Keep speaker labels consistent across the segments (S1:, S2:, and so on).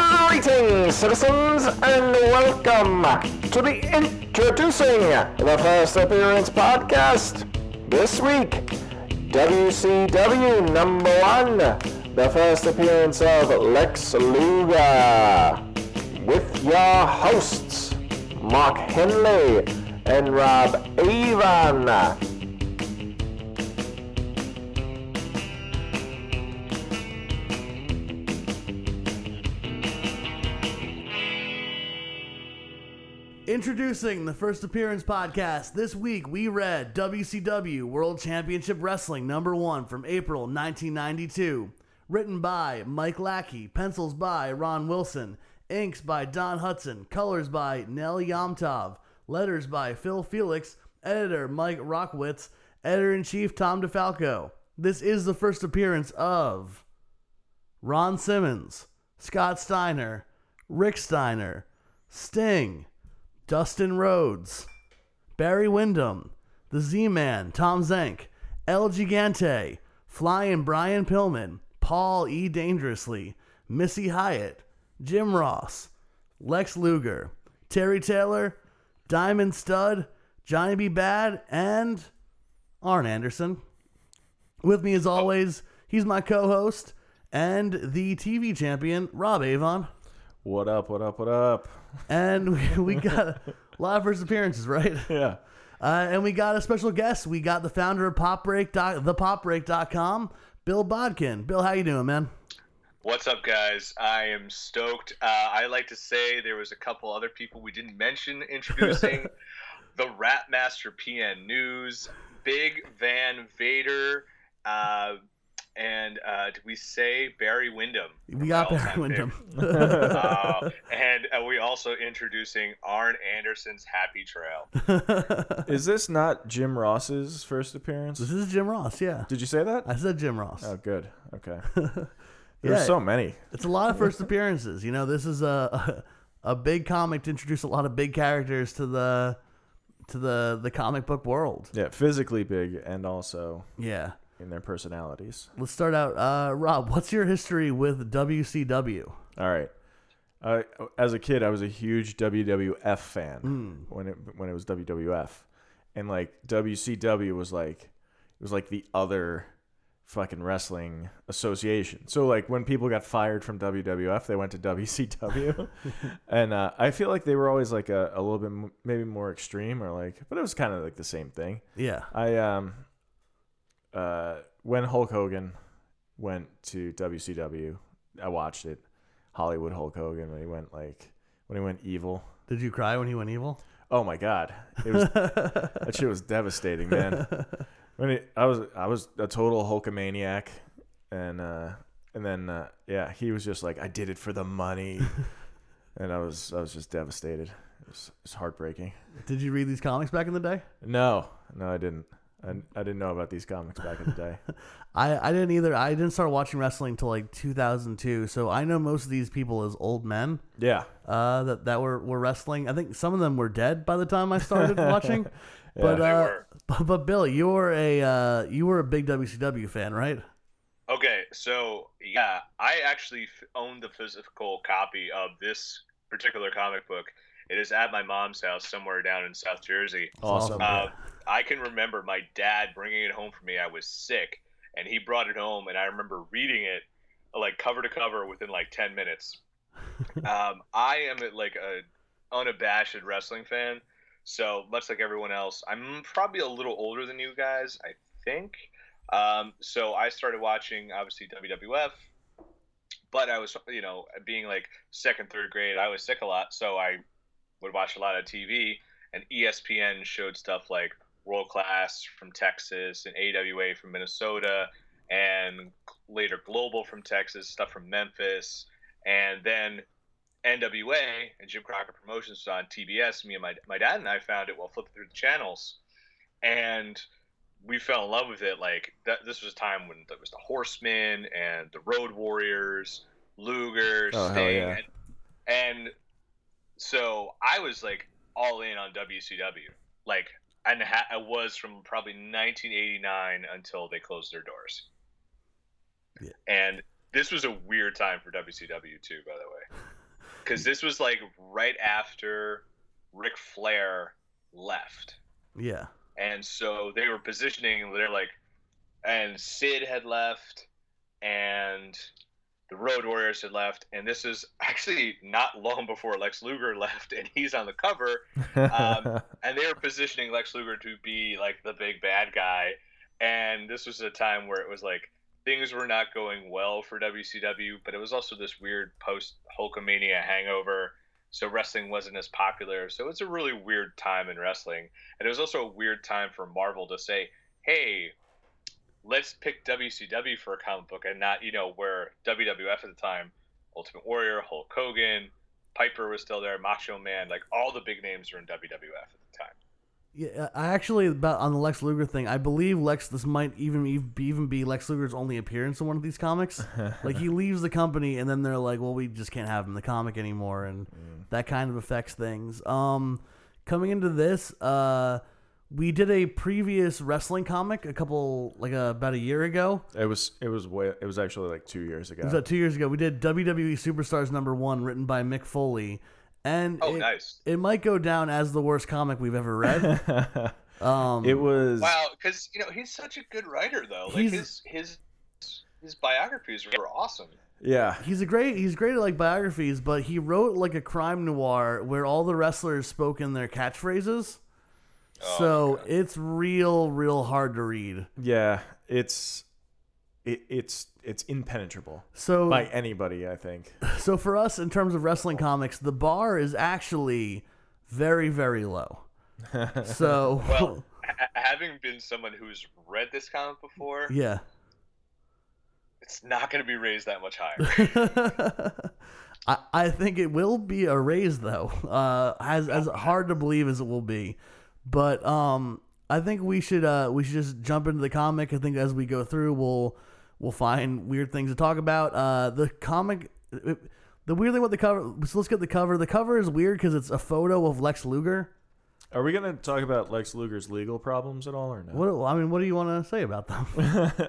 S1: Greetings, citizens, and welcome to the Introducing the First Appearance podcast. This week, WCW number one, the first appearance of Lex Luger. With your hosts, Mark Henley and Rob Avon.
S2: Introducing the first appearance podcast. This week we read WCW World Championship Wrestling number 1 from April 1992, written by Mike Lackey, pencils by Ron Wilson, inks by Don Hudson, colors by Nell Yamtov, letters by Phil Felix, editor Mike Rockwitz, editor in chief Tom DeFalco. This is the first appearance of Ron Simmons, Scott Steiner, Rick Steiner, Sting, Dustin Rhodes, Barry Windham, The Z Man, Tom Zank, El Gigante, Flying Brian Pillman, Paul E. Dangerously, Missy Hyatt, Jim Ross, Lex Luger, Terry Taylor, Diamond Stud, Johnny B. Bad, and Arn Anderson. With me, as always, he's my co host and the TV champion, Rob Avon.
S3: What up? What up? What up?
S2: And we, we got a lot of first appearances, right?
S3: Yeah.
S2: Uh, and we got a special guest. We got the founder of Pop Break, doc, thepopbreak.com, Bill Bodkin. Bill, how you doing, man?
S4: What's up, guys? I am stoked. Uh, I like to say there was a couple other people we didn't mention introducing the Rap Master PN News, Big Van Vader, uh, and uh, did we say Barry Windham?
S2: We got
S4: Well,
S2: Barry
S4: my
S2: Windham.
S4: favorite. Uh, and uh, we also introducing Arn Anderson's Happy Trail.
S3: Is this not Jim Ross's first appearance?
S2: this is Jim Ross, yeah.
S3: Did you say that?
S2: I said Jim Ross.
S3: Oh, good. Okay.
S2: Yeah.
S3: There's so many.
S2: It's a lot of first appearances. You know, this is a, a big comic to introduce a lot of big characters to the to the the comic book world.
S3: Yeah, physically big and also
S2: Yeah.
S3: in their personalities.
S2: Let's start out. Uh, Rob, what's your history with WCW?
S3: All right. Uh, as a kid, I was a huge WWF fan when it when it was WWF, and like WCW was like it was like the other fucking wrestling association. So like when people got fired from WWF, they went to WCW, and uh, I feel like they were always like a, a little bit m- maybe more extreme or like, but it was kind of like the same thing.
S2: Yeah.
S3: I um uh when Hulk Hogan went to WCW, I watched it. Hollywood Hulk Hogan when he went like when he went evil.
S2: Did you cry when he went evil?
S3: Oh my god. It was that shit was devastating, man. When it, I was I was a total Hulkamaniac and uh and then uh yeah, he was just like I did it for the money. and I was I was just devastated. It was, it was heartbreaking.
S2: Did you read these comics back in the day?
S3: No, no I didn't. I, I didn't know about these comics back in the day.
S2: I, I didn't either. I didn't start watching wrestling until like 2002. So I know most of these people as old men
S3: Yeah.
S2: uh, that, that were, were wrestling. I think some of them were dead by the time I started watching. But, uh,
S4: were.
S2: but but Bill, you were a uh, you were a big WCW fan, right?
S4: Okay, so yeah, I actually f- own the physical copy of this particular comic book. It is at my mom's house somewhere down in South Jersey.
S2: Awesome.
S4: Uh, I can remember my dad bringing it home for me. I was sick, and he brought it home, and I remember reading it like cover to cover within like ten minutes. um, I am like a unabashed wrestling fan, so much like everyone else, I'm probably a little older than you guys. I think. Um, so I started watching obviously WWF, but I was you know being like second third grade, I was sick a lot, so I would watch a lot of TV and E ESPN showed stuff like World Class from Texas and AWA from Minnesota and later Global from Texas, stuff from Memphis, and then NWA and Jim Crockett Promotions was on TBS. Me and my, my dad and I found it while flipping through the channels, and we fell in love with it. Like that, this was a time when there was the Horsemen and the Road Warriors, Luger,
S3: Oh, hell
S4: Sting,
S3: yeah.
S4: and, and so I was like all in on WCW. Like, and ha- I was from probably 1989 until they closed their doors.
S2: Yeah.
S4: And this was a weird time for WCW too, by the way. because this was like right after Ric Flair left,
S2: Yeah.
S4: and so they were positioning. They're like, and Sid had left, and the Road Warriors had left, and this is actually not long before Lex Luger left, and he's on the cover, Um, and they were positioning Lex Luger to be like the big bad guy, and this was a time where it was like things were not going well for WCW, but it was also this weird post Hulkamania hangover, so wrestling wasn't as popular. So it's a really weird time in wrestling, and it was also a weird time for Marvel to say, "Hey, let's pick WCW for a comic book and not, you know, where WWF at the time, Ultimate Warrior, Hulk Hogan, Piper was still there, Macho Man, like all the big names were in WWF at the time.
S2: Yeah, I actually about on the Lex Luger thing. I believe Lex. This might even ev- even be Lex Luger's only appearance in one of these comics. like he leaves the company, and then they're like, "Well, we just can't have him in the comic anymore," and
S4: Mm.
S2: that kind of affects things. Um, coming into this, uh, we did a previous wrestling comic a couple like uh, about a year ago.
S3: it was it was way, it was actually like two years ago.
S2: It was about two years ago. We did WWE Superstars number one, written by Mick Foley, and
S4: Oh,
S2: it,
S4: nice.
S2: it might go down as the worst comic we've ever read. Um,
S3: it was
S4: Wow, because you know he's such a good writer though. Like
S2: He's-
S4: his his his biographies were awesome.
S3: yeah.
S2: He's a great he's great at like biographies, but he wrote like a crime noir where all the wrestlers spoke in their catchphrases.
S4: Oh,
S2: so it's real, real hard to read.
S3: Yeah, it's it, it's it's impenetrable
S2: So
S3: by anybody. I think.
S2: so for us in terms of wrestling comics, the bar is actually very, very low. so
S4: Well, ha- having been someone who's read this comic before,
S2: yeah.
S4: it's not going to be raised that much higher.
S2: I, I think it will be a raise though. Uh, as as hard to believe as it will be, but um, I think we should uh we should just jump into the comic. I think as we go through, we'll we'll find weird things to talk about. Uh, the comic. the weird thing with the cover, so let's get the cover. The cover is weird because it's a photo of Lex Luger.
S3: Are we gonna talk about Lex Luger's legal problems at all, or no?
S2: What do- I mean, what do you want to say about them?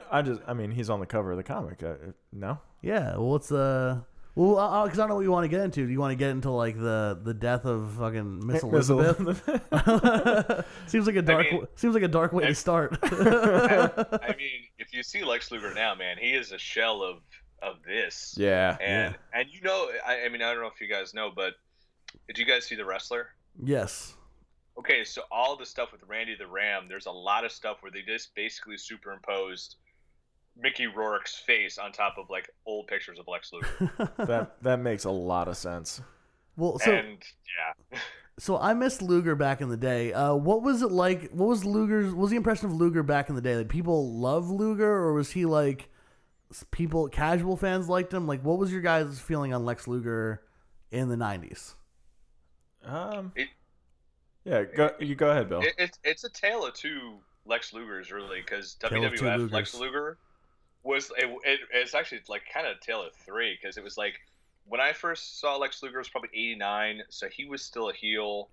S3: I just, I mean, he's on the cover of the comic. Uh, no,
S2: yeah, well, it's uh, well, because I, 'cause I don't know what you want to get into. Do you want to get into like the the death of fucking Miss Elizabeth? seems like a dark
S4: mean-
S2: seems like a dark way to start.
S4: I mean, if you see Lex Luger now, man, he is a shell of of this.
S3: yeah,
S4: And and you know, I, I mean, I don't know if you guys know, but did you guys see the wrestler?
S2: yes.
S4: Okay, so all the stuff with Randy the Ram, there's a lot of stuff where they just basically superimposed Mickey Rourke's face on top of like old pictures of Lex Luger.
S3: yeah. that that makes a lot of sense.
S2: Well, so
S4: and yeah,
S2: so I missed Luger back in the day. Uh, what was it like? What was Luger's? What was the impression of Luger back in the day? Like people love Luger, or was he like s- people casual fans liked him? Like what was your guys' feeling on Lex Luger in the nineties?
S3: Um,
S4: It-
S3: yeah, go, you go ahead, Bill.
S4: it, it's it's a tale of two Lex Lugers really, because
S2: Tale of two
S4: WWF Lex
S2: Lugers.
S4: Luger was it, it, it's actually like kind of a tale of three because it was like when I first saw Lex Luger it was probably '89, so he was still a heel,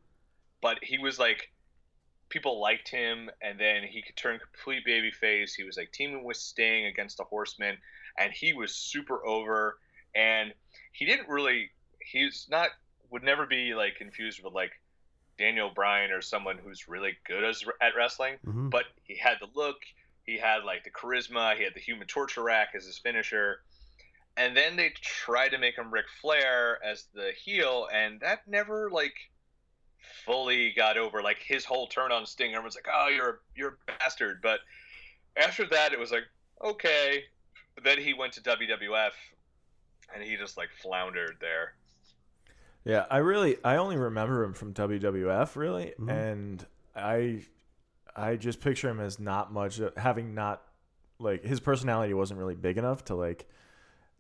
S4: but he was like people liked him, and then he could turn complete babyface. He was like teaming with Sting against the Horsemen, and he was super over. And he didn't really he's not would never be like confused with like Daniel Bryan or someone who's really good as, at wrestling
S2: Mm-hmm.
S4: but he had the look, he had like the charisma, he had the human torture rack as his finisher. And then they tried to make him Ric Flair as the heel, and that never like fully got over. Like his whole turn on Sting, everyone's like, "Oh, you're a, you're a bastard." But after that, it was like, okay. Then he went to WWF, and he just like floundered there.
S3: Yeah, I really I only remember him from WWF really,
S2: Mhm.
S3: and I I just picture him as not much uh, having not like his personality wasn't really big enough to like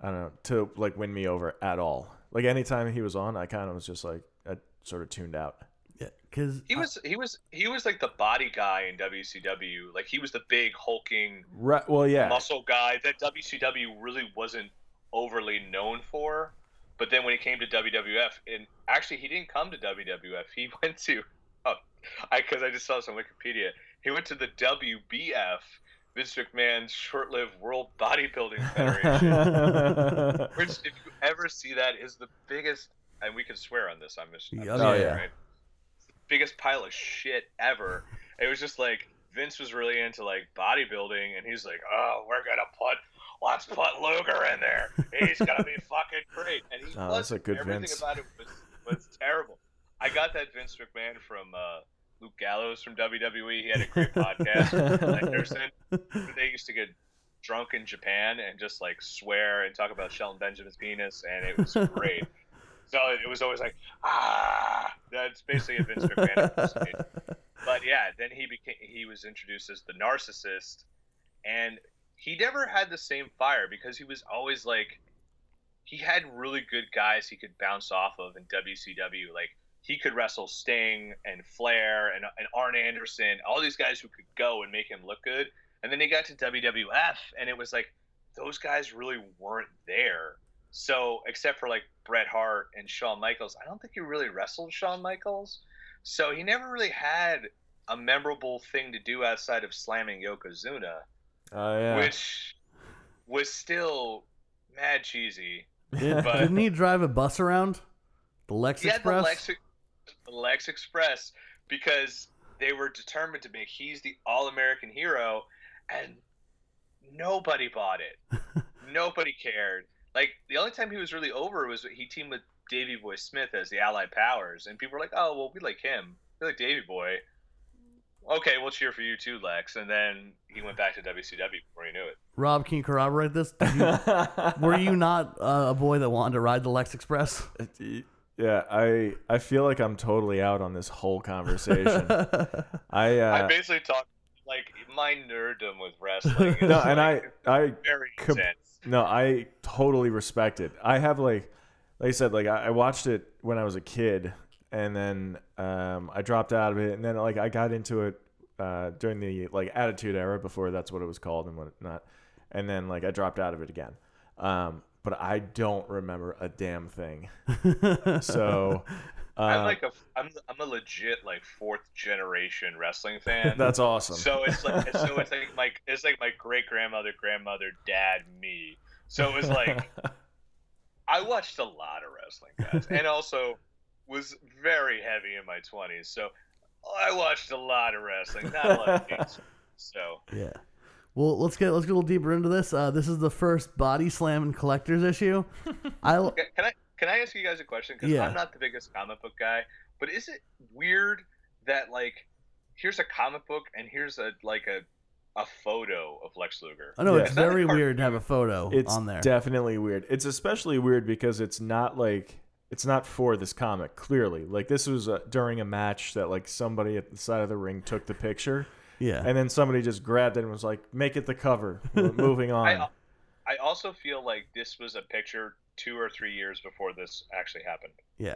S3: I don't know to like win me over at all. Like anytime he was on, I kind of was just like I sort of tuned out.
S2: Because
S4: He was he was he was like the body guy in WCW. Like he was the big hulking
S3: Right. Well, yeah,
S4: muscle guy that WCW really wasn't overly known for. But then when he came to WWF, and actually he didn't come to WWF. He went to, oh, I because I just saw this on Wikipedia. He went to the WBF, Vince McMahon's short-lived World Bodybuilding Federation. Which, if you ever see that, is the biggest and we can swear on this. I'm just, I'm
S2: Yeah,
S4: just
S3: oh,
S4: saying,
S3: yeah.
S4: right? Biggest pile of shit ever. It was just like Vince was really into like bodybuilding, and he's like, "Oh, we're gonna put, let's put Luger in there. He's gonna be fucking great." And he
S3: Oh, that's
S4: was
S3: a good
S4: everything
S3: Vince.
S4: about it was, was terrible. I got that Vince McMahon from uh, Luke Gallows from WWE. He had a great podcast with Mike Anderson. They used to get drunk in Japan and just like swear and talk about Shelton Benjamin's penis, and it was great. so it was always like, ah, that's basically a Vince McMahon. impersonation. but yeah, then he became he was introduced as the narcissist, and he never had the same fire because he was always like, he had really good guys he could bounce off of in WCW, like. He could wrestle Sting and Flair and, and Arn Anderson, all these guys who could go and make him look good. And then he got to WWF, and it was like those guys really weren't there. So except for like Bret Hart and Shawn Michaels, I don't think he really wrestled Shawn Michaels. So he never really had a memorable thing to do outside of slamming Yokozuna,
S3: Oh yeah.
S4: which was still mad cheesy.
S2: Did,
S4: But-
S2: didn't he drive a bus around? The Lex
S4: Yeah, the
S2: Express?
S4: Lex, the Lex Express, because they were determined to make he's the all-American hero, and nobody bought it. nobody cared. Like the only time he was really over was he teamed with Davy Boy Smith as the Allied Powers, and people were like, "Oh, well, we like him. We like Davy Boy." Okay, we'll cheer for you too, Lex. And then he went back to WCW before he knew it.
S2: Rob, can you corroborate this? Did you, were you not uh, a boy that wanted to ride the Lex Express?
S3: yeah, I I feel like I'm totally out on this whole conversation. I
S4: I
S3: uh,
S4: basically talked like my nerddom with wrestling. Is,
S3: no, and I
S4: like,
S3: I
S4: very
S3: com-
S4: intense.
S3: No, I totally respect it. I have like, like I said, like I, I watched it when I was a kid, and then um, I dropped out of it, and then like I got into it uh, during the like Attitude Era before that's what it was called and whatnot, and then like I dropped out of it again. Um, but I don't remember a damn thing. So
S4: I'm
S3: uh,
S4: like a I'm I'm a legit like fourth generation wrestling fan.
S3: that's awesome.
S4: so it's like so it's like my it's like my great grandmother, grandmother, dad, me. So it was like I watched a lot of wrestling guys, and also was very heavy in my twenties. So I watched a lot of wrestling, not a lot of things. So
S2: Yeah. Well, let's get let's get a little deeper into this. Uh, this is the first body slam and collectors issue. I
S4: Ca- can I can I ask you guys a question? Because
S2: Yeah.
S4: I'm not the biggest comic book guy, but is it weird that like here's a comic book and here's a like a a photo of Lex Luger?
S2: I know
S3: Yeah.
S2: it's
S4: Is that a
S2: very
S4: cartoon?
S2: weird to have a photo
S3: it's
S2: on there.
S3: definitely weird. It's especially weird because it's not like it's not for this comic. Clearly, like this was uh during a match that like somebody at the side of the ring took the picture,
S2: yeah.
S3: and then somebody just grabbed it and was like, "Make it the cover." We're Moving on.
S4: I, I also feel like this was a picture two or three years before this actually happened.
S2: Yeah.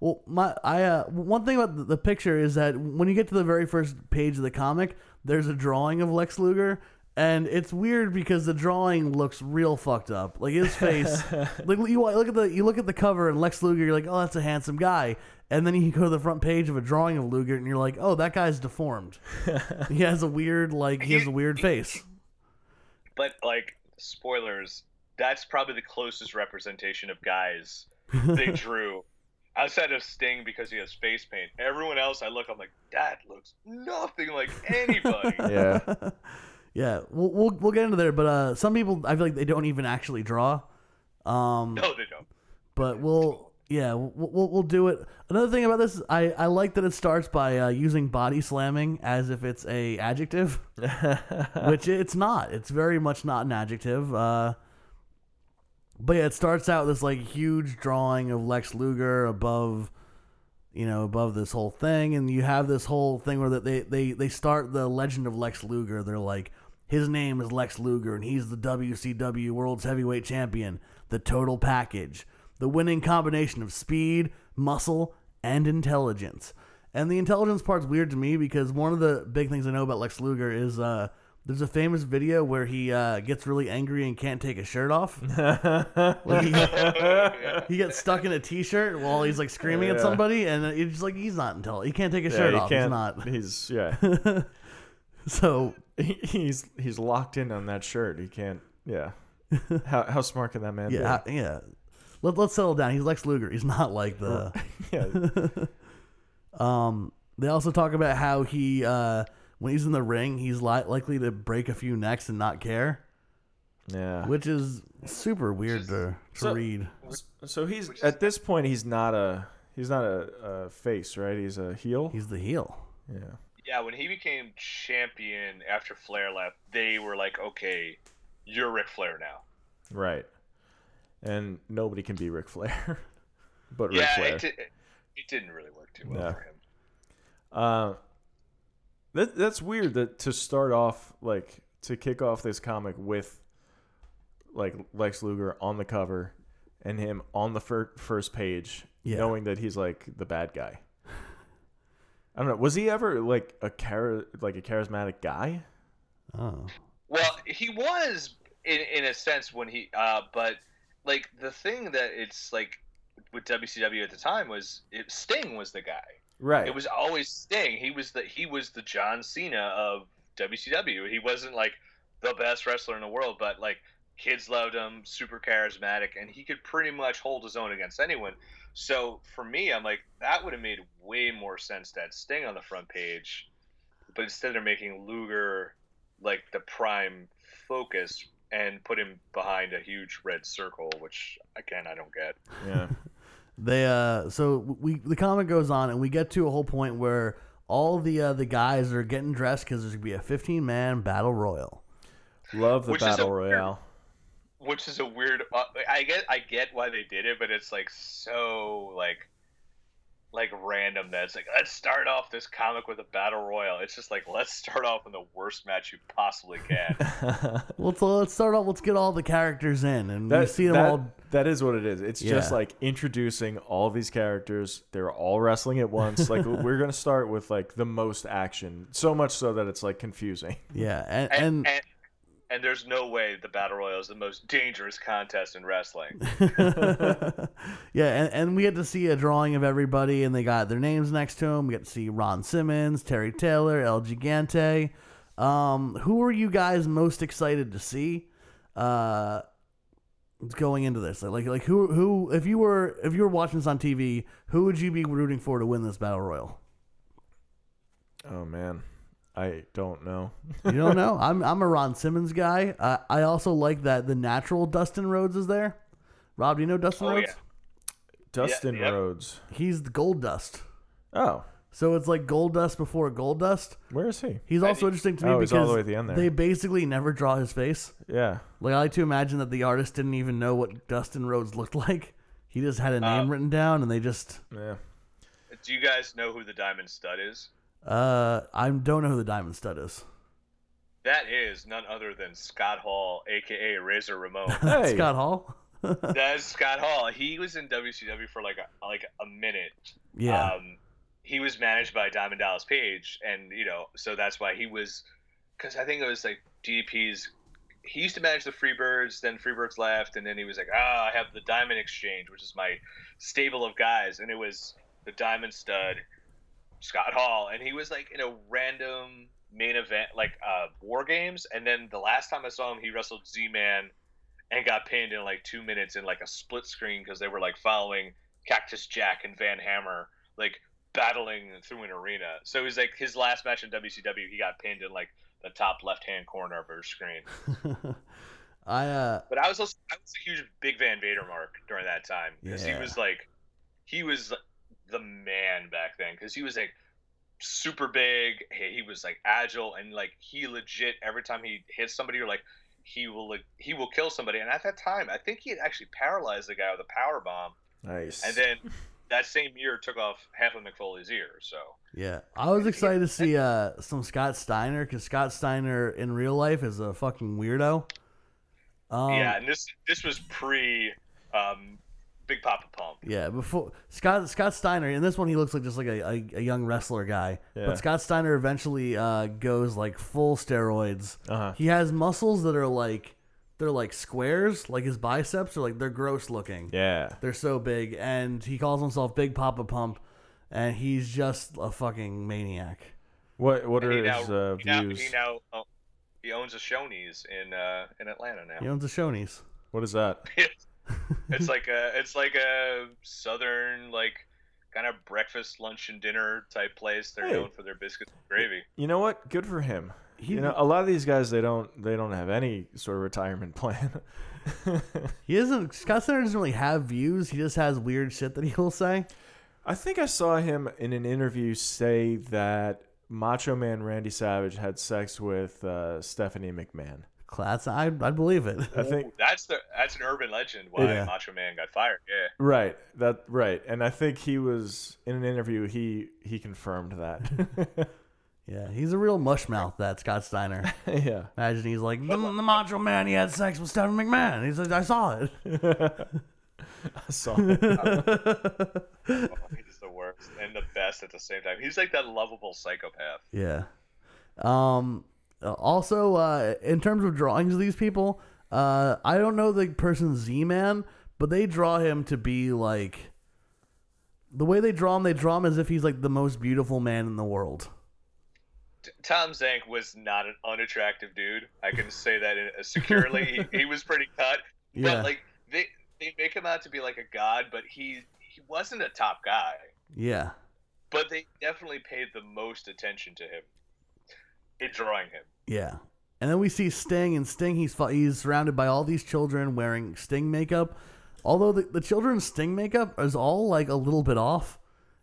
S2: Well, my I uh, one thing about the, the picture is that when you get to the very first page of the comic, there's a drawing of Lex Luger, and it's weird because the drawing looks real fucked up. Like his face, like you look at the you look at the cover and Lex Luger, you're like, oh, that's a handsome guy, and then you go to the front page of a drawing of Luger, and you're like, oh, that guy's deformed. he has a weird like he has a weird face.
S4: But like spoilers, that's probably the closest representation of guys they drew. Outside of Sting because he has face paint, everyone else I look, I'm like, that looks nothing like anybody.
S3: yeah,
S2: Yeah, we'll we'll, we'll get into there, but uh, some people I feel like they don't even actually draw. Um,
S4: No, they don't.
S2: but we'll yeah we'll, we'll we'll do it another thing about this is i i like that it starts by uh, using body slamming as if it's a adjective which it's not it's very much not an adjective uh but yeah it starts out with this like huge drawing of lex luger above you know above this whole thing and you have this whole thing where that they they they start the legend of lex luger they're like his name is lex luger and he's the wcw world's heavyweight champion the total package the winning combination of speed muscle and intelligence and the intelligence part's weird to me because one of the big things i know about lex luger is uh there's a famous video where he uh, gets really angry and can't take his shirt off. Like, he- he gets stuck in a t-shirt while he's like screaming at
S3: Yeah.
S2: somebody and it's just like he's not intelligent he can't take his
S3: yeah.
S2: shirt
S3: he
S2: off he's
S3: can't-
S2: not
S3: He's yeah.
S2: so
S3: He- he's he's locked in on that shirt. He can't. Yeah. How how smart can that man
S2: yeah
S3: be?
S2: yeah Let, let's settle down. He's Lex Luger. He's not like the.
S3: Yeah,
S2: Um, they also talk about how he, uh, when he's in the ring, he's li- likely to break a few necks and not care,
S3: yeah.
S2: which is super weird to, to
S3: So-
S2: read.
S3: So he's at this point he's not a he's not a, a face, right? He's a heel.
S2: He's the heel.
S3: yeah.
S4: Yeah, when he became champion after Flair left, they were like, okay, you're Ric Flair now.
S3: Right. And nobody can be Ric Flair. but Ric
S4: yeah,
S3: Flair.
S4: it, di- it didn't really work too well
S3: No.
S4: for him.
S3: Uh, that that's weird that to start off like to kick off this comic with like Lex Luger on the cover and him on the fir- first page,
S2: Yeah.
S3: knowing that he's like the bad guy. I don't know. Was he ever like a char- like a charismatic guy?
S2: Oh.
S4: Well, he was in in a sense when he, uh, but like the thing that it's like with WCW at the time was it, Sting was the guy.
S3: Right.
S4: It was always Sting. He was the he was the John Cena of WCW. He wasn't like the best wrestler in the world, but like kids loved him, super charismatic, and he could pretty much hold his own against anyone. So for me, I'm like that would have made way more sense that Sting on the front page, but instead they're making Luger like the prime focus and put him behind a huge red circle, which again I don't get.
S3: yeah.
S2: They uh, so we the comic goes on, and we get to a whole point where all the uh, the guys are getting dressed because there's gonna be a 15 man battle royal.
S3: Love the
S4: Which is a
S3: battle
S4: weird-
S3: royale.
S4: which is a weird uh, i get i get why they did it but it's like so like like random that it's like let's start off this comic with a battle royal it's just like let's start off in the worst match you possibly can
S2: Well, so let's start off. Let's get all the characters in, and we
S3: That-
S2: see them
S3: that-
S2: all.
S3: That is what it is. It's just
S2: Yeah.
S3: like introducing all these characters. They're all wrestling at once. Like we're gonna start with like the most action, so much so that it's like confusing.
S2: Yeah, and,
S4: and,
S2: and
S4: and and there's no way the battle royal is the most dangerous contest in wrestling
S2: yeah, and, and we get to see a drawing of everybody, and they got their names next to them. We get to see Ron Simmons, Terry Taylor, El Gigante. Um, who are you guys most excited to see? Uh, going into this, like, like who, who, if you were, if you were watching this on TV, who would you be rooting for to win this battle royal?
S3: Oh man, I don't know.
S2: You don't know. I'm, I'm a Ron Simmons guy. Uh, I also like that the natural Dustin Rhodes is there. Rob, do you know Dustin
S4: Oh,
S2: Rhodes?
S4: yeah.
S3: Dustin
S4: yep.
S3: Rhodes.
S2: He's the Gold Dust.
S3: Oh,
S2: So it's like gold dust before gold dust.
S3: where is he?
S2: He's also interesting to me
S3: Oh,
S2: because
S3: he's all the way at the end there.
S2: they basically never draw his face.
S3: Yeah.
S2: Like I like to imagine that the artist didn't even know what Dustin Rhodes looked like. He just had a name written down, and they just
S3: Yeah.
S4: do you guys know who the diamond stud is
S2: uh, I don't know who the Diamond Stud is.
S4: that is none other than scott hall aka razor ramon
S3: Hey.
S2: Scott Hall.
S4: That's Scott Hall. He was in WCW for like a, like a minute.
S2: Yeah.
S4: Um, he was managed by Diamond Dallas Page, and you know, so that's why he was. Because I think it was like DDP's. He used to manage the Freebirds, then Freebirds left, and then he was like, "Ah, I have the Diamond Exchange, which is my stable of guys," and it was the Diamond Stud, Scott Hall, and he was like in a random main event, like uh, War Games, and then the last time I saw him, he wrestled Z Man and got pinned in like two minutes in like a split screen because they were like following Cactus Jack and Van Hammer like battling through an arena. So he's like his last match in WCW, he got pinned in like the top left hand corner of her screen.
S2: I uh,
S4: But I was also I was a huge Big Van Vader mark during that time because
S3: Yeah.
S4: he was like he was the man back then because he was like super big. He, he was like agile and like he legit every time he hits somebody, you're like he will like he will kill somebody. And at that time, I think he had actually paralyzed the guy with a power bomb,
S3: Nice.
S4: and then that same year took off half of McFoley's ear. So
S2: yeah, I was excited to see uh some Scott Steiner because Scott Steiner in real life is a fucking weirdo. Um,
S4: yeah, and this this was pre um, Big Papa Pump.
S2: Yeah, before Scott Scott Steiner in this one he looks like just like a, a, a young wrestler guy.
S3: Yeah.
S2: But Scott Steiner eventually uh, goes like full steroids.
S3: Uh-huh.
S2: He has muscles that are like they're like squares, like his biceps are like they're gross looking.
S3: Yeah.
S2: They're so big and he calls himself Big Papa Pump and he's just a fucking maniac.
S3: What What
S4: And
S3: are
S4: he now,
S3: his uh,
S4: he now,
S3: views?
S4: he now oh, he owns a Shoney's in uh, in Atlanta now.
S2: He owns a Shoney's.
S3: What is that?
S4: It's like a it's like a southern like kind of breakfast, lunch, and dinner type place. They're
S3: Hey.
S4: known for their biscuits and gravy.
S3: You know what? Good for him.
S2: He-
S3: you know, a lot of these guys they don't they don't have any sort of retirement plan.
S2: He doesn't. Scott Snyder doesn't really have views. He just has weird shit that he'll say.
S3: I think I saw him in an interview say that Macho Man Randy Savage had sex with uh, Stephanie McMahon.
S2: Class, I I believe it.
S3: I think
S4: That's the that's an urban legend why
S2: Yeah.
S4: Macho Man got fired. Yeah.
S3: right that right, and I think he was in an interview he he confirmed that.
S2: Yeah, he's a real mush mouth. That Scott Steiner.
S3: yeah,
S2: Imagine he's like the, the Macho Man. He had sex with Stephen McMahon. He's like, I saw it.
S3: I saw. it.
S4: He's Oh, the worst and the best at the same time. He's like that lovable psychopath.
S2: Yeah. Um. uh, Also, uh, in terms of drawings of these people, uh, I don't know the person Z Man, but they draw him to be like the way they draw him. They draw him as if he's like the most beautiful man in the world.
S4: T- Tom Zank was not an unattractive dude. I can say that in- uh, securely. he, he was pretty cut, but
S2: Yeah.
S4: like they they make him out to be like a god, but he he wasn't a top guy.
S2: Yeah.
S4: But they definitely paid the most attention to him in drawing him.
S2: Yeah. And then we see Sting, and Sting, he's fu- he's surrounded by all these children wearing Sting makeup. Although the, the children's Sting makeup is all like a little bit off.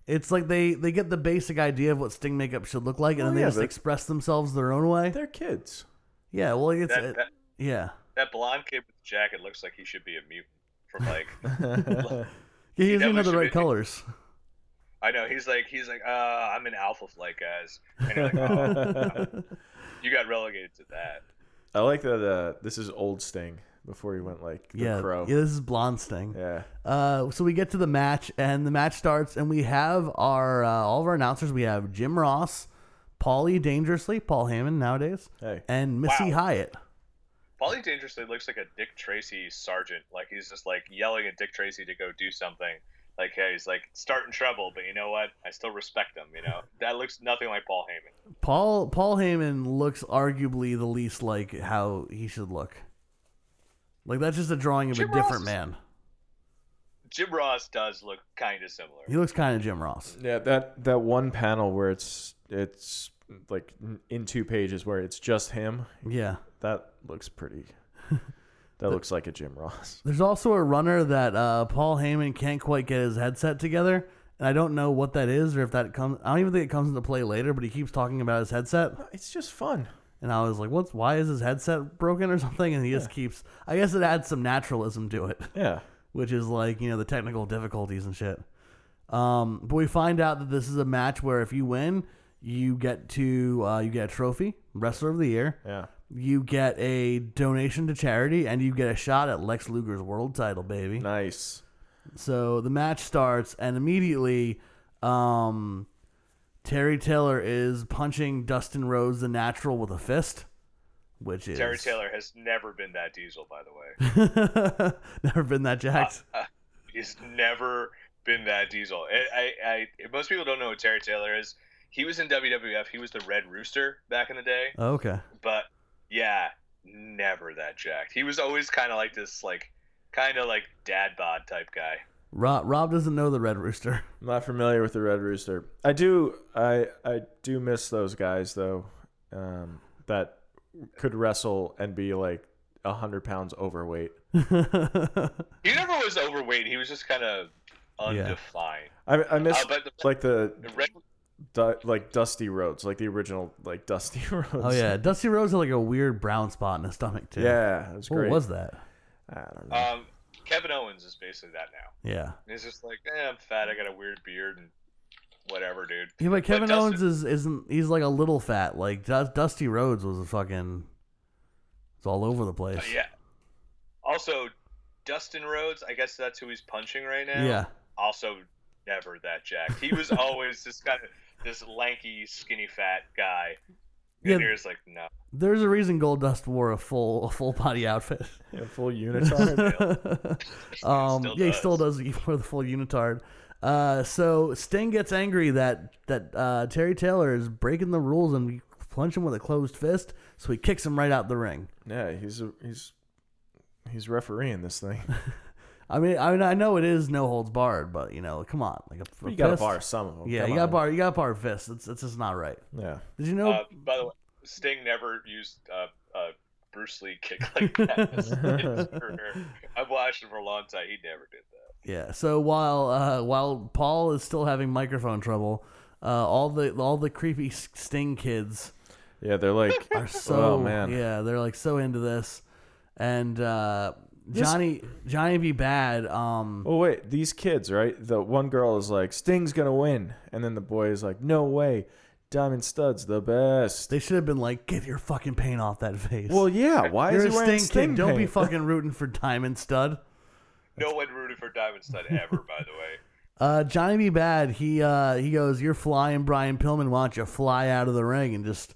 S2: It's like they, they get the basic idea of what Sting makeup should look like, and
S3: Well,
S2: then they
S3: yeah,
S2: just
S3: but-
S2: express themselves their own way.
S3: They're kids.
S2: Yeah, well, it's
S4: That,
S2: it-
S4: that
S2: yeah.
S4: that blonde kid with the jacket looks like he should be a mutant from like
S2: yeah. He doesn't
S4: that
S2: have the
S4: should
S2: right
S4: be-
S2: colors.
S4: I know he's like he's like uh, I'm an alpha flight guys, and you're like oh, you got relegated to that.
S3: I like that. Uh, this is old Sting before he went like the
S2: yeah,
S3: crow.
S2: yeah, this is blonde Sting.
S3: yeah.
S2: Uh, so we get to the match, and the match starts, and we have our uh, all of our announcers. We have Jim Ross, Paulie Dangerously, Paul Heyman nowadays,
S3: Hey.
S2: and Missy
S4: Wow.
S2: Hyatt.
S4: Paulie Dangerously looks like a Dick Tracy sergeant. Like he's just like yelling at Dick Tracy to go do something. Like hey, he's like starting trouble, but you know what? I still respect him. You know that looks nothing like Paul Heyman.
S2: Paul Paul Heyman looks arguably the least like how he should look. Like that's just a drawing of
S4: Jim
S2: a
S4: Ross
S2: different
S4: is-
S2: man.
S4: Jim Ross does look kind of similar.
S2: He looks kind of Jim Ross.
S3: Yeah, that that one panel where it's it's like in two pages where it's just him.
S2: Yeah.
S3: That looks pretty. That looks like a Jim Ross.
S2: There's also a runner that uh, Paul Heyman can't quite get his headset together, and I don't know what that is or if that comes. I don't even think it comes into play later, but he keeps talking about his headset,
S3: It's just fun.
S2: and I was like, "What's? Why is his headset broken or something?" And he just keeps. I guess it adds some naturalism to it,
S3: Yeah.
S2: which is like you know the technical difficulties and shit. Um, but we find out that this is a match where if you win, you get to uh, you get a trophy, wrestler of the year.
S3: Yeah.
S2: You get a donation to charity, and you get a shot at Lex Luger's world title, baby.
S3: Nice.
S2: So the match starts, and immediately, um, Terry Taylor is punching Dustin Rhodes, the natural, with a fist, which is
S4: Terry Taylor has never been that diesel, by the way.
S2: Never been that jacked.
S4: Uh, He's never been that diesel. I, I, I, most people don't know who Terry Taylor is. He was in WWF. He was the Red Rooster back in the day.
S2: Oh, okay.
S4: but yeah, never that jacked. He was always kind of like this, like kind of like dad bod type guy.
S2: Rob, Rob doesn't know the Red Rooster.
S3: I'm not familiar with the Red Rooster. I do. I I do miss those guys though. Um, that could wrestle and be like a hundred pounds overweight.
S4: He never was overweight. He was just kind of undefined.
S3: I I miss
S4: Uh, but the-
S3: like the
S4: The Red,
S3: du- like Dusty Rhodes, like the original like Dusty Rhodes.
S2: Oh yeah, Dusty Rhodes had like a weird brown spot in his stomach too.
S3: Yeah, that's
S2: What
S3: great.
S2: was that?
S3: I don't know.
S4: um, Kevin Owens is basically that now.
S2: Yeah.
S4: He's just like, eh, I'm fat. I got a weird beard and whatever, dude.
S2: Yeah, but Kevin
S4: Dustin-
S2: Owens is isn't he's like a little fat. Like Dus- Dusty Rhodes was a fucking, it's all over the place.
S4: But yeah. Also, Dustin Rhodes. I guess that's who he's punching right now.
S2: Yeah.
S4: Also, never that jacked. He was always this kind of this lanky, skinny, fat guy.
S2: Yeah.
S4: And you're just like, no.
S2: There's a reason Goldust wore a full a full body outfit.
S3: Yeah, full unitard.
S2: Um,
S4: Still
S2: yeah, he
S4: does.
S2: still does he wore the full unitard. Uh, so Sting gets angry that that uh, Terry Taylor is breaking the rules and we punch him with a closed fist, so he kicks him right out the ring.
S3: yeah, he's a, he's he's refereeing this thing.
S2: I mean, I mean, I know it is no holds barred, but you know, come on, like a, a
S3: You got to
S2: fist-
S3: bar some of them.
S2: Yeah,
S3: Come
S2: you got
S3: on.
S2: to bar. You got to bar fists. It's it's just not right.
S3: Yeah.
S2: Did you know?
S4: Uh, by the way, Sting never used uh, uh, Bruce Lee kick like that. in his career. I've watched him for a long time. He never did that.
S2: Yeah. So while uh, while Paul is still having microphone trouble, uh, all the all the creepy s- Sting kids
S3: Yeah, they're like,
S2: are so
S3: oh man,
S2: yeah they're like so into this, and uh, Johnny Johnny be bad. Um,
S3: Well, "Oh, wait, these kids, right? The one girl is like, Sting's gonna win, and then the boy is like, No way, Diamond Stud's the best.
S2: they should have been like, get your fucking paint off that face.
S3: Well, yeah. Why
S2: you're
S3: is he
S2: a
S3: wearing
S2: Sting, kid. Don't be
S3: paint?
S2: fucking rooting for Diamond Stud.
S4: No one rooted for Diamond Stud ever, by the way.
S2: Uh, Johnny B. Bad, he uh, he goes, You're flying Brian Pillman, why don't you fly out of the ring and just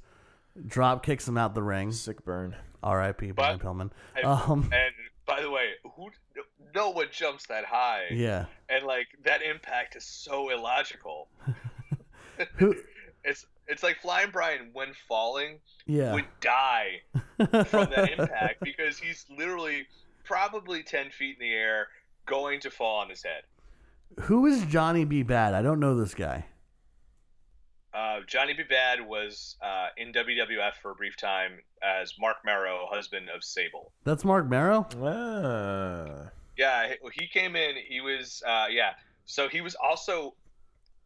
S2: drop kicks him out the ring.
S3: Sick burn.
S2: R.I.P. Brian Pillman.
S4: And,
S2: Um,
S4: and by the way, who? No one jumps that high,
S2: yeah.
S4: and like that impact is so illogical.
S2: Who
S4: It's it's like flying Brian when falling
S2: yeah.
S4: would die from that impact because he's literally probably ten feet in the air, going to fall on his head.
S2: Who is Johnny B. Bad? I don't know this guy.
S4: Uh, Johnny B. Bad was uh, in WWF for a brief time as Mark Marrow, husband of Sable.
S2: That's Mark Marrow?
S3: Ah.
S4: Yeah, he- he came in. He was uh, yeah. So he was also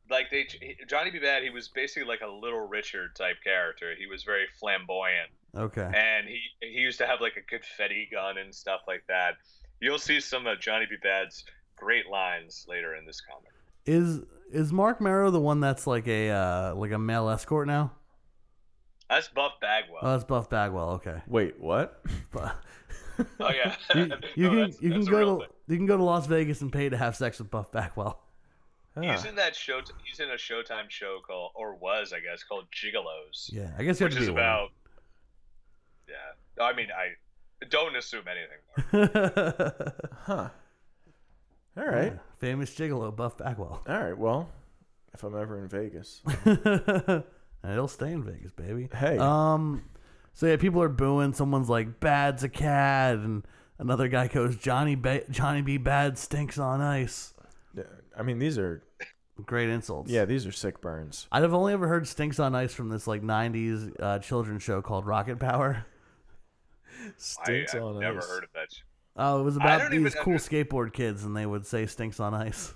S4: like they Johnny B. Bad. He was basically like a Little Richard type character. He was very flamboyant,
S2: Okay.
S4: and he he used to have like a confetti gun and stuff like that. You'll see some of Johnny B. Bad's great lines later in this comic.
S2: Is is Mark Marrow the one that's like a uh, like a male escort now?
S4: That's Buff Bagwell.
S2: Oh, that's Buff Bagwell, okay.
S3: Wait, what?
S2: But
S4: oh yeah,
S2: you, you can
S4: No, that's-
S2: you can
S4: that's a
S2: go
S4: real
S2: to
S4: thing.
S2: you can go to Las Vegas and pay to have sex with Buff Bagwell.
S3: Ah.
S4: He's in that show. He's in a Showtime show called, or was I guess called Gigolos,
S2: Yeah, I guess you have
S4: which
S2: to be
S4: is
S2: a woman.
S4: about. Yeah, I mean, I don't assume anything. Mark.
S3: Huh. All right.
S2: Yeah, Famous gigolo Buff Bagwell.
S3: All right. Well, if I'm ever in Vegas,
S2: and it'll stay in Vegas, baby.
S3: Hey.
S2: Um so yeah, people are booing, someone's like bad's a cad and another guy goes Johnny ba- Johnny B bad stinks on ice.
S3: Yeah, I mean these are
S2: Great insults.
S3: yeah these are sick burns.
S2: I'd have only ever heard stinks on ice from this like 90s uh, children's show called Rocket Power.
S4: I,
S3: Stinks
S4: I've
S3: on
S4: never
S3: ice.
S4: heard of that. show.
S2: Oh, it was
S4: I
S2: about
S4: don't even
S2: these cool
S4: under-
S2: skateboard kids and they would say stinks on ice.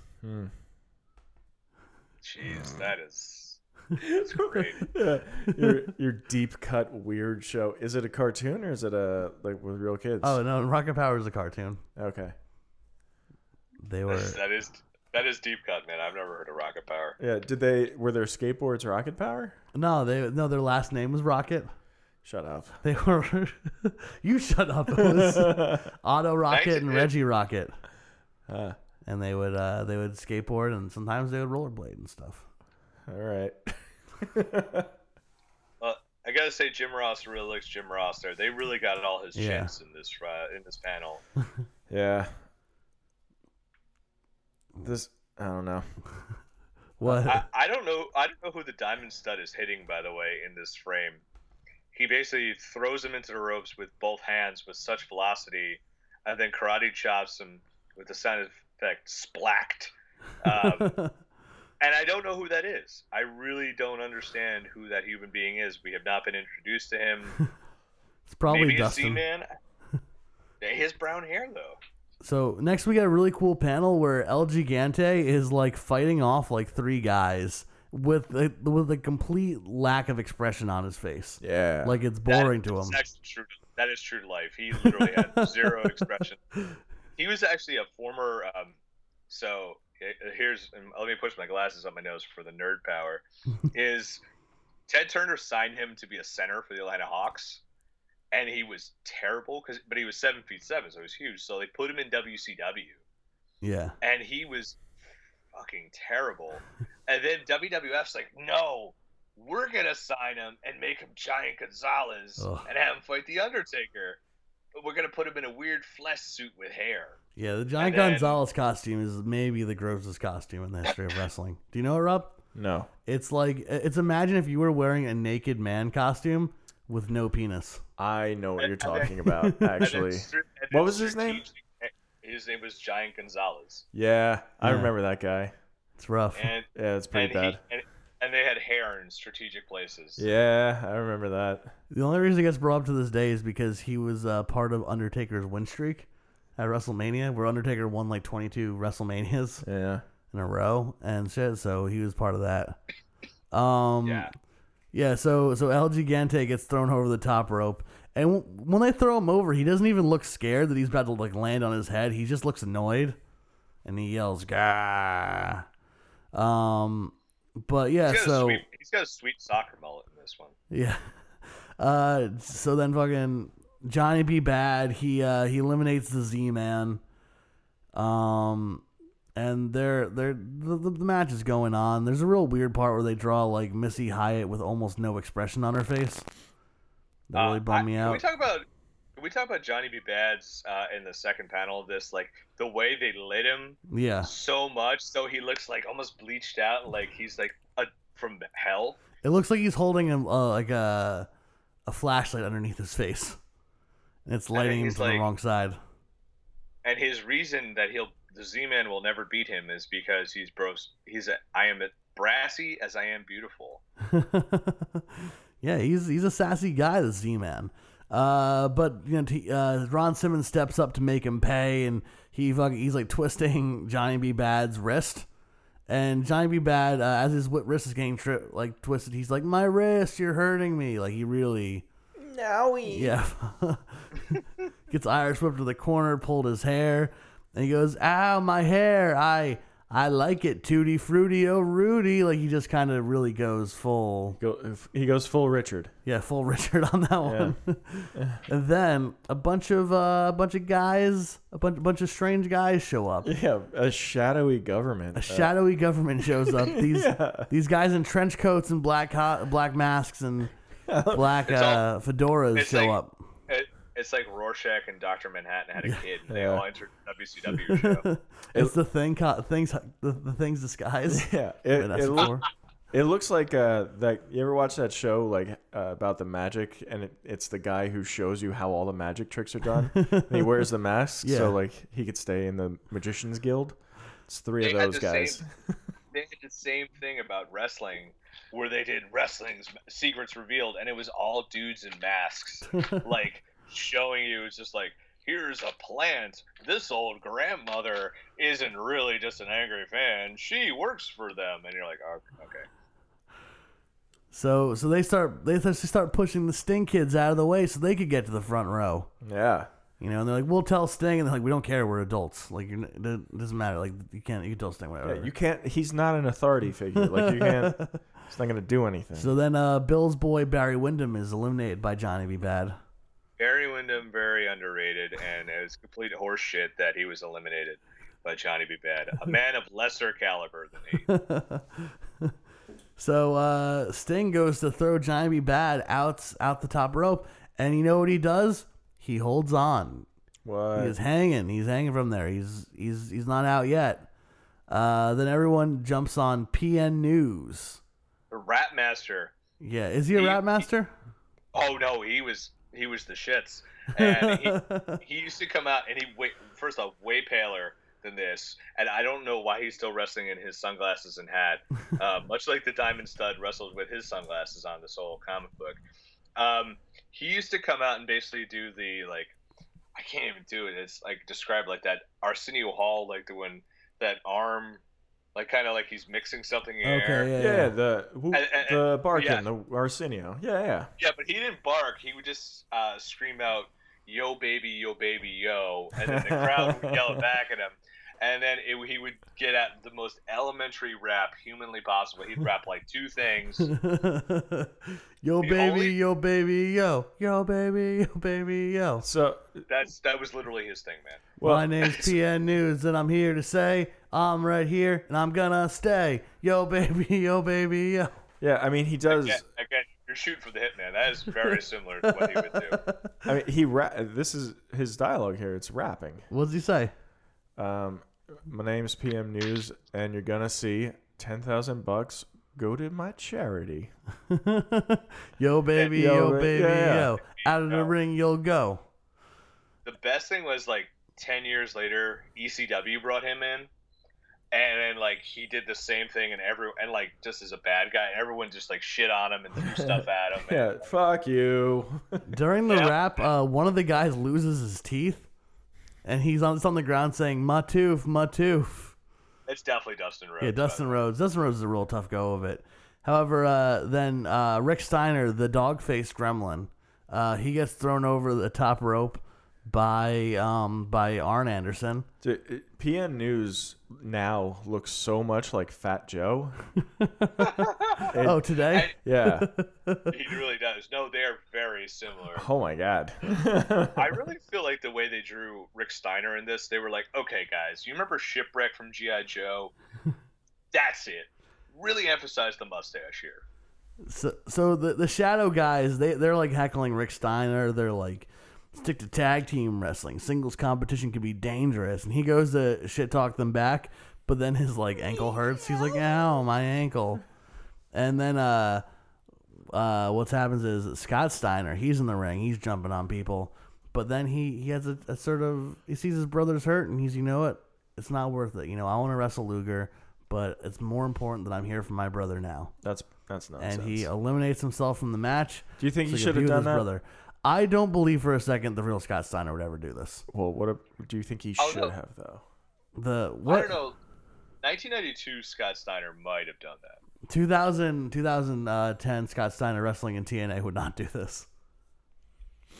S2: Mm.
S4: Jeez, that is that's great.
S3: Yeah, your your deep cut weird show. Is it a cartoon or is it a like with real kids?
S2: Oh, no, Rocket Power is a cartoon.
S3: okay.
S2: They were
S4: that is that is deep cut, man. I've never heard of Rocket Power.
S3: Yeah. Did they were their skateboards rocket power?
S2: No, they no. Their last name was Rocket.
S3: Shut up.
S2: They were. you shut up. It was Otto Rocket and Reggie Rocket.
S3: Ah.
S2: And they would uh, they would skateboard and sometimes they would rollerblade and stuff.
S3: All right.
S4: Uh, I gotta say, Jim Ross really looks Jim Ross. There, they really got all his
S2: Yeah.
S4: chins in this uh, in this panel.
S3: Yeah. This I don't know.
S2: What?
S4: I, I don't know. I don't know who the diamond stud is hitting. By the way, in this frame, he basically throws him into the ropes with both hands with such velocity, and then karate chops him with the sound effect "splacked." Um, and I don't know who that is. I really don't understand who that human being is. We have not been introduced to him.
S2: it's probably
S4: Maybe a
S2: Dustin.
S4: Z-man. His brown hair, though.
S2: So next we got a really cool panel where El Gigante is like fighting off like three guys with a, with a complete lack of expression on his face.
S3: Yeah.
S2: Like it's
S4: That-
S2: boring to him.
S4: that's actually true. That is true to life. He literally had zero expression. He was actually a former. Um, so eh, here's and let me push my glasses on my nose for the nerd power. is Ted Turner signed him to be a center for the Atlanta Hawks, and he was terrible because but he was seven feet seven, so he was huge. So they put him in WCW,
S2: Yeah.
S4: and he was fucking terrible. And then WWF's like, no, we're gonna sign him and make him Giant Gonzalez
S2: Ugh.
S4: and have him fight the Undertaker, but we're gonna put him in a weird flesh suit with hair.
S2: Yeah, the Giant
S4: And then-
S2: Gonzalez costume is maybe the grossest costume in the history of wrestling. Do you know it, Rob?
S3: no.
S2: It's like it's imagine if you were wearing a naked man costume with no penis.
S3: I know what you're
S4: And then-
S3: talking about.
S4: And then
S3: Actually,
S4: stra- and
S3: What
S4: then
S3: was his name?
S4: strategic- His his name was Giant Gonzalez,
S3: Yeah, I
S2: Yeah.
S3: remember that guy.
S2: It's rough.
S4: and
S3: Yeah, it's pretty
S4: and
S3: bad.
S4: He, and, and they had hair in strategic places.
S3: yeah, I remember that.
S2: The only reason he gets brought up to this day is because he was uh, part of Undertaker's win streak at WrestleMania, where Undertaker won like 22 WrestleManias
S3: Yeah.
S2: in a row and shit. So he was part of that. Um,
S4: Yeah.
S2: yeah, So so El Gigante gets thrown over the top rope, and w- when they throw him over, he doesn't even look scared that he's about to like land on his head. He just looks annoyed, and he yells "Gah!" Um, but
S3: Mm.
S2: yeah,
S4: He's got, a
S2: so
S4: sweet, he's got a sweet soccer mullet in this one.
S2: yeah. Uh, so then fucking Johnny B. Bad, he uh, he eliminates the Z Man. Um, and they're they're the, the, the match is going on. There's a real weird part where they draw like Missy Hyatt with almost no expression on her face. That really
S4: Uh,
S2: bummed
S4: I-
S2: me
S4: Can we
S2: out.
S4: talk about can we talk about Johnny B. Bad's uh, in the second panel of this? Like the way they lit him
S2: yeah,
S4: so much, so he looks like almost bleached out, like he's like a, from hell.
S2: it looks like he's holding a, uh, like a a flashlight underneath his face, and it's lighting him
S4: he's
S2: from the
S4: like-
S2: wrong side.
S4: And his reason that he'll the Z Man will never beat him is because he's bros. He's a, I am as brassy as I am beautiful.
S2: yeah, he's he's a sassy guy, the Z Man. Uh, but you know, t- uh, Ron Simmons steps up to make him pay, and he fucking, he's like twisting Johnny B. Bad's wrist, and Johnny B. Bad uh, as his wi- wrist is getting tri- like twisted, he's like, "My wrist, you're hurting me!" Like he really,
S5: Now we.
S2: yeah, gets Irish whipped to the corner, pulled his hair, and he goes, "Ow, my hair! I I like it, tutti frutti, oh Rudy!" Like he just kind of really goes full
S3: Go, if- he goes full Richard.
S2: yeah, full Richard on that one. and then a bunch of uh, a bunch of guys, a bunch a bunch of strange guys show up.
S3: Yeah, a shadowy government.
S2: A shadowy government shows up. These these guys in trench coats and black co- black masks and black
S4: It's all-
S2: uh, fedoras
S4: it's
S2: show
S4: like-
S2: up.
S4: It, it's like Rorschach and Doctor Manhattan had a kid, and they
S3: Yeah.
S4: all entered the WCW show.
S2: It's the thing co- things the, the things disguise.
S3: yeah, it,
S2: That's
S3: it,
S2: a
S3: loo-
S2: four.
S3: it looks like uh, that. You ever watch that show like uh, about the magic, and it, it's the guy who shows you how all the magic tricks are done. and he wears the mask,
S2: Yeah.
S3: so like he could stay in the magicians guild. It's three
S4: They
S3: of
S4: had
S3: those
S4: the same-
S3: guys.
S4: they did the same thing about wrestling where they did wrestling's secrets revealed and it was all dudes in masks like showing you it's just like here's a plant this old grandmother isn't really just an angry fan she works for them and you're like oh, okay
S2: So so they start they just start pushing the Sting kids out of the way so they could get to the front row.
S3: Yeah,
S2: You know, and they're like, "We'll tell Sting," and they're like, "We don't care. We're adults. Like, you're, n- it doesn't matter. Like, you can't. You can tell Sting whatever."
S3: Yeah, you can't. He's not an authority figure. Like you can't. He's not gonna do anything.
S2: So then uh, Bill's boy Barry Windham is eliminated by Johnny B. Bad.
S4: barry windham very underrated and it was complete horseshit that he was eliminated by johnny b bad a man of lesser caliber than he
S2: So uh, Sting goes to throw Johnny B. Bad out out the top rope, and you know what he does? He holds on.
S3: what?
S2: He's hanging. He's hanging from there. He's he's he's not out yet. Uh, then everyone jumps on PN News.
S4: the rat master
S2: Yeah, is he a
S4: He-
S2: rap master?
S4: Oh no, he was he was the shits, and he, he used to come out and he way, first off way paler than this, and I don't know why he's still wrestling in his sunglasses and hat, uh, much like the Diamond Stud wrestled with his sunglasses on this whole comic book. Um, he used to come out and basically do the like, I can't even do it. It's like described like that Arsenio Hall like the one that arm, like kind of like he's mixing something in the air.
S2: Okay, yeah,
S3: yeah,
S2: yeah.
S3: the who,
S4: And- and-
S3: the Barkin,
S4: yeah.
S3: the Arsenio. Yeah, yeah.
S4: Yeah, but he didn't bark. He would just uh, scream out, "Yo, baby, yo, baby, yo," and then the crowd would yell back at him. And then it, he would get at the most elementary rap humanly possible. He'd rap like two things.
S2: yo
S4: The
S2: baby,
S4: only-
S2: yo baby, yo, yo baby, yo baby, yo.
S3: So
S4: That's that was literally his thing, man.
S3: well,
S2: My name's PN News, and I'm here to say I'm right here, and I'm gonna stay. Yo, baby, yo, baby, yo.
S3: yeah. I mean, he does.
S4: Yeah, again, you're shooting for the hitman. That is very similar to what he would do.
S3: I mean, he ra- This is his dialogue here. It's rapping.
S2: What does he say?
S3: Um, my name's PM News, and you're gonna see ten thousand bucks go to my charity.
S2: Yo, baby,
S3: Yo,
S2: yo,
S3: ba-
S2: baby,
S3: yeah, yeah.
S2: yo. Out of the
S4: Yo.
S2: ring you'll go.
S4: The best thing was like ten years later, ECW brought him in, and then like he did the same thing, and every and like just as a bad guy, everyone just like shit on him and threw stuff at him.
S3: Yeah, fuck you.
S2: During the
S4: Yeah.
S2: rap, uh, one of the guys loses his teeth, and he's on, it's on the ground saying "my tooth, my tooth."
S4: It's definitely Dustin Rhodes.
S2: Yeah,
S4: by the
S2: Dustin Rhodes. Dustin Rhodes is a real tough go of it. However, uh, then uh, Rick Steiner, the dog-faced gremlin, uh, he gets thrown over the top rope by um, by Arn Anderson.
S3: Dude, it- PN News now looks so much like Fat Joe.
S2: oh, today.
S3: Yeah.
S4: He really does. No, they are very similar.
S3: Oh my god.
S4: I really feel like the way they drew Rick Steiner in this, they were like, okay, guys, you remember Shipwreck from G.I. Joe? That's it. Really emphasize the mustache here.
S2: So, so the the shadow guys, they they're like heckling Rick Steiner. They're like, stick to tag team wrestling. Singles competition can be dangerous. And he goes to shit talk them back, but then his like ankle hurts. He's like, ow, my ankle. And then uh, uh, what happens is Scott Steiner. He's in the ring. He's jumping on people, but then he he has a, a sort of he sees his brother's hurt, and he's you know what, it's not worth it. You know, I want to wrestle Luger, but it's more important that I'm here for my brother now
S3: That's that's nonsense.
S2: and he eliminates himself from the match.
S3: Do you think he
S2: so can
S3: should have
S2: be with
S3: done
S2: his
S3: that?
S2: Brother. I don't believe for a second the real Scott Steiner would ever do this.
S3: well, what a, do you think he
S4: Oh,
S3: should
S4: no.
S3: have though?
S2: The
S4: I
S2: what
S4: don't know. 1992 Scott Steiner might have done that.
S2: 2000 2010 uh, Scott Steiner wrestling in TNA would not do this.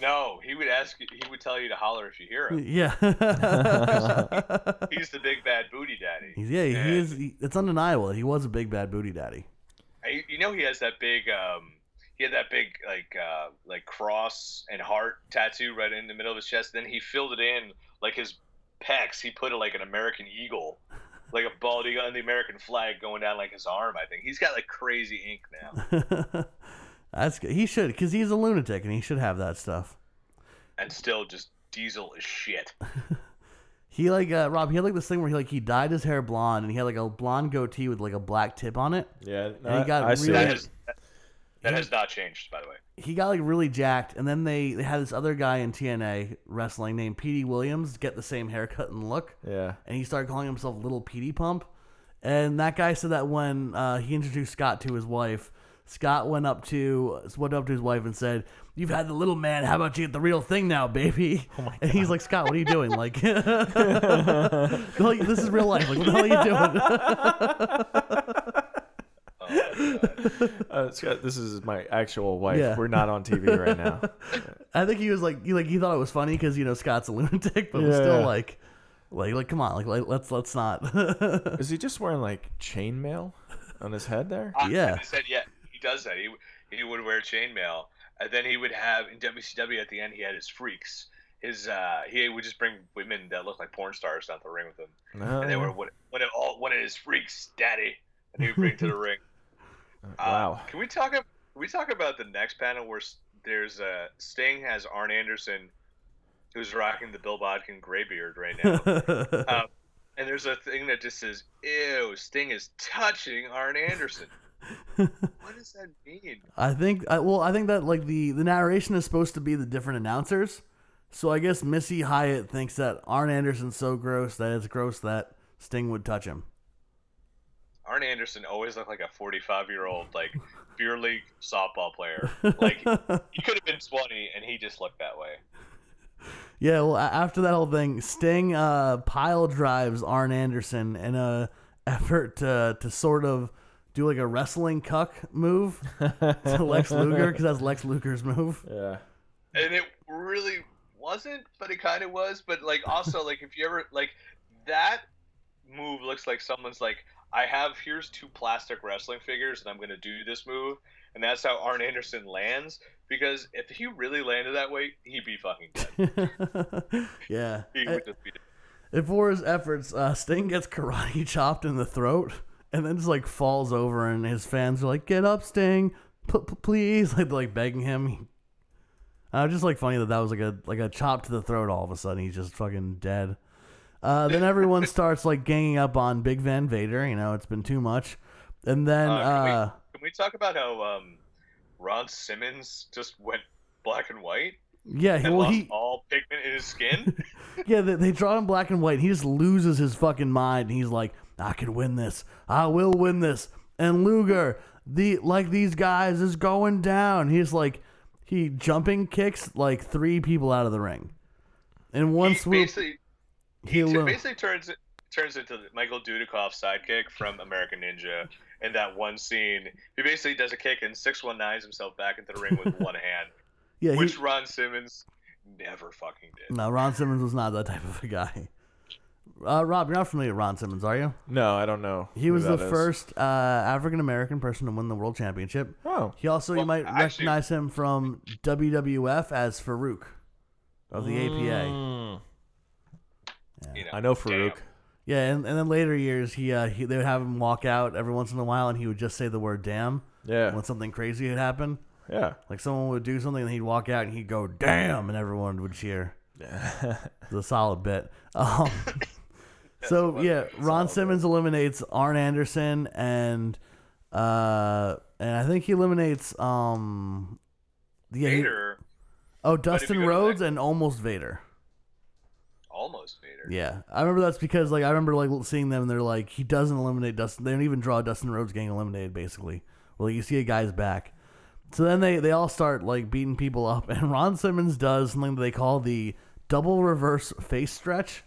S4: No, he would ask. you- He would tell you to holler if you hear him.
S2: Yeah,
S4: He's the big bad booty daddy.
S2: He's- yeah, he is. he- it's undeniable that he was a big bad booty daddy.
S4: I- You know, he has that big. um he had that big like uh, like cross and heart tattoo right in the middle of his chest. Then he filled it in like his pecs. He put it like an American eagle, like a bald eagle, and the American flag going down like his arm. I think he's got like crazy ink now.
S2: That's good. he should because he's a lunatic and he should have that stuff.
S4: and still just diesel as shit.
S2: He like uh, Rob. He had like this thing where he like he dyed his hair blonde and he had like a blonde goatee with like a black tip on it.
S3: Yeah,
S2: he
S3: I-
S2: got
S3: I see
S2: really-
S4: That
S3: it.
S4: has, that, that has not changed, by the way.
S2: he got like really jacked, and then they, they had this other guy in TNA wrestling named Petey Williams get the same haircut and look,
S3: Yeah.
S2: and he started calling himself Little Petey Pump. And that guy said that when uh, he introduced Scott to his wife, Scott went up to went up to his wife and said, "You've had the little man. How about you get the real thing now, baby?" And he's like, "Scott, what are you doing? Like, like, this is real life. Like, what the hell are you doing?"
S3: Uh, Scott, this is my actual wife.
S2: Yeah.
S3: We're not on TV right now.
S2: I think he was like, he like he thought it was funny because you know Scott's a lunatic, but was
S3: Yeah,
S2: still
S3: yeah.
S2: like, like, like, come on, like, like let's let's not.
S3: Is he just wearing like chainmail on his head there?
S4: I-
S2: Yeah.
S4: I said, yeah, he does that. He, he would wear chainmail. And then he would have, in WCW at the end, he had his freaks. His uh, He would just bring women that looked like porn stars down to the ring with him.
S3: No.
S4: And they were, what, what, all, one of his freaks, daddy. And he would bring to the ring. Uh,
S3: wow.
S4: Can we talk, ab- can we talk about the next panel where s- there's uh, Sting has Arn Anderson, who's rocking the Bill Bodkin gray beard right now. um, and there's a thing that just says, "Ew, Sting is touching Arn Anderson." what does that mean?
S2: I think I, well, I think that like the the narration is supposed to be the different announcers. So I guess Missy Hyatt thinks that Arn Anderson's so gross that it's gross that Sting would touch him.
S4: Arn Anderson always looked like a 45 year old like beer league softball player. Like he could have been 20, and he just looked that way.
S2: Yeah, well, a- after that whole thing, Sting uh, pile drives Arn Anderson in a effort to to sort of do like a wrestling cuck move to Lex Luger because that's Lex Luger's move.
S3: Yeah.
S4: And it really wasn't, but it kind of was. But like also like if you ever like that move looks like someone's like. I have here's two plastic wrestling figures, and I'm gonna do this move, and that's how Arn Anderson lands. Because if he really landed that way, he'd be fucking dead.
S2: yeah.
S4: He
S2: Uh,
S4: would just be dead.
S2: And for his efforts, uh, Sting gets karate chopped in the throat and then just like falls over, and his fans are like, "Get up, Sting, p- p- please!" Like like begging him. I was just like funny that that was like a like a chop to the throat. All of a sudden, he's just fucking dead. Uh, then everyone starts like ganging up on Big Van Vader. You know, it's been too much. And then
S4: Uh, can we-
S2: uh,
S4: Can we talk about how um, Ron Simmons just went black and white
S2: yeah, he,
S4: and
S2: well
S4: lost
S2: he
S4: all pigment in his skin?
S2: yeah, they, they draw him black and white. And he just loses his fucking mind. And he's like, I can win this. I will win this. And Luger, the like these guys, is going down. He's like, he jumping kicks like three people out of the ring. And one
S4: he
S2: swoop,
S4: basically,
S2: he,
S4: he
S2: lo-
S4: basically turns turns into Michael Dudikoff's sidekick from American Ninja. In that one scene, he basically does a kick and six one nines himself back into the ring with one hand,
S2: yeah, he,
S4: which Ron Simmons never fucking did.
S2: no, Ron Simmons was not that type of a guy. Uh, Rob, you're not familiar with Ron Simmons, are you?
S3: No, I don't know.
S2: He
S3: who
S2: was the
S3: that is.
S2: first uh, African American person to win the world championship.
S3: Oh,
S2: He also, you
S4: Well,
S2: might
S4: actually-
S2: recognize him from WWF as Farouk of the APA.
S3: Mm.
S4: You know,
S3: I know Farouk.
S4: damn.
S2: Yeah, and, and then later years, he, uh, he they would have him walk out every once in a while, and he would just say the word "damn"
S3: Yeah,
S2: when something crazy had happened.
S3: yeah.
S2: Like someone would do something, and he'd walk out, and he'd go "damn," and everyone would cheer. It's a solid bit. Um, so yeah, Ron Simmons eliminates Arn Anderson and uh, and I think he eliminates um, yeah, he-
S4: Vader,
S2: oh
S4: if you
S2: Dustin
S4: go to the
S2: Rhodes
S4: next-
S2: and almost Vader.
S4: almost Vader.
S2: Yeah, I remember that's because like I remember like seeing them. and They're like he doesn't eliminate Dustin. They don't even draw Dustin Rhodes getting eliminated. Basically, well you see a guy's back. So then they they all start like beating people up, and Ron Simmons does something that they call the double reverse face stretch,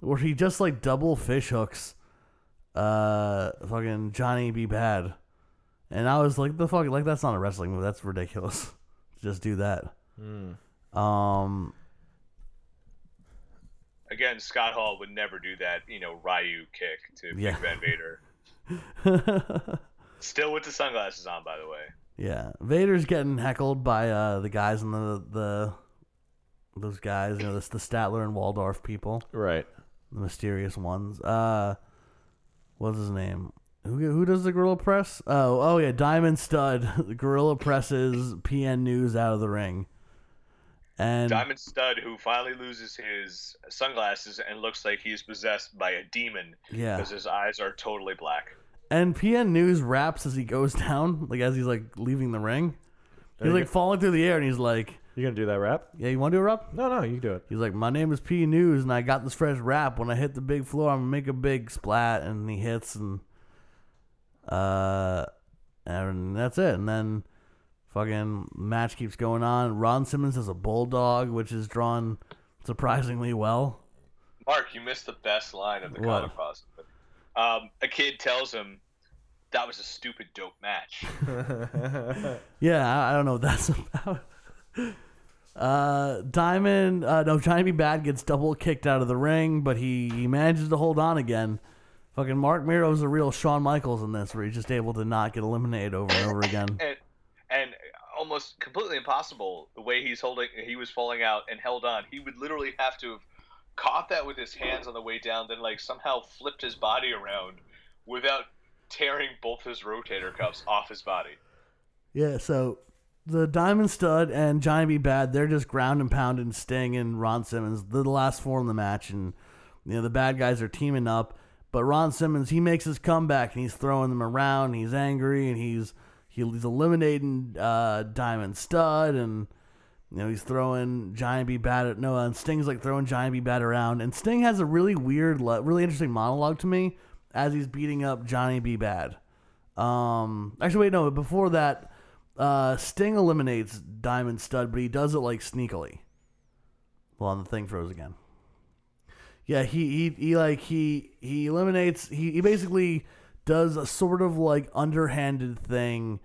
S2: where he just like double fish hooks, uh, fucking Johnny B. Bad, and I was like the fuck like that's not a wrestling move. That's ridiculous. Just do that. Um.
S4: Again, Scott Hall would never do that, you know, Ryu kick to
S2: Yeah.
S4: Big Ben Vader. Still with the sunglasses on, by the way.
S2: Yeah, Vader's getting heckled by uh, the guys in the the those guys, you know, this the Statler and Waldorf people,
S3: Right.
S2: the mysterious ones. Uh, what's his name? Who who does the gorilla press? Oh oh yeah, Diamond Stud. The gorilla presses PN News out of the ring, and
S4: Diamond Stud, who finally loses his sunglasses and looks like he's possessed by a demon
S2: yeah,
S4: because his eyes are totally black.
S2: and PN News raps as he goes down, like as he's like leaving the ring. He's
S3: you
S2: like
S3: go.
S2: falling through the air, and he's like,
S3: You gonna do that rap?
S2: "Yeah, you want to do a rap?"
S3: No, no, you do it.
S2: He's like, my name is P News, and I got this fresh rap. When I hit the big floor, I'm gonna make a big splat, and he hits, and uh, and that's it. And then fucking match keeps going on. Ron Simmons has a bulldog, which is drawn surprisingly well.
S4: Mark, you missed the best line of the
S2: What?
S4: comic pause. Um, a kid tells him that was a stupid dope match.
S2: Yeah, I, I don't know what that's about. Uh, Diamond, uh, no, Johnny B. Bad gets double kicked out of the ring, but he, he manages to hold on again. Fucking Mark Miro's a real Shawn Michaels in this, where he's just able to not get eliminated over and over again.
S4: and and almost completely impossible the way he's holding he was falling out and held on he would literally have to have caught that with his hands on the way down then like somehow flipped his body around without tearing both his rotator cuffs off his body
S2: Yeah, so the Diamond Stud and Johnny B. Bad, they're just ground and pound and Sting and Ron Simmons. They're the last four in the match, and you know the bad guys are teaming up. But Ron Simmons, he makes his comeback and he's throwing them around. And he's angry and he's he's eliminating uh, Diamond Stud and you know he's throwing Johnny B. Bad at no, and Sting's like throwing Johnny B. Bad around. And Sting has a really weird, le- really interesting monologue to me as he's beating up Johnny B. Bad. Um, actually, wait, no. Before that, uh, Sting eliminates Diamond Stud, but he does it like sneakily. Well, and the thing froze again. Yeah, he he, he like he he eliminates. He, he basically does a sort of like underhanded thing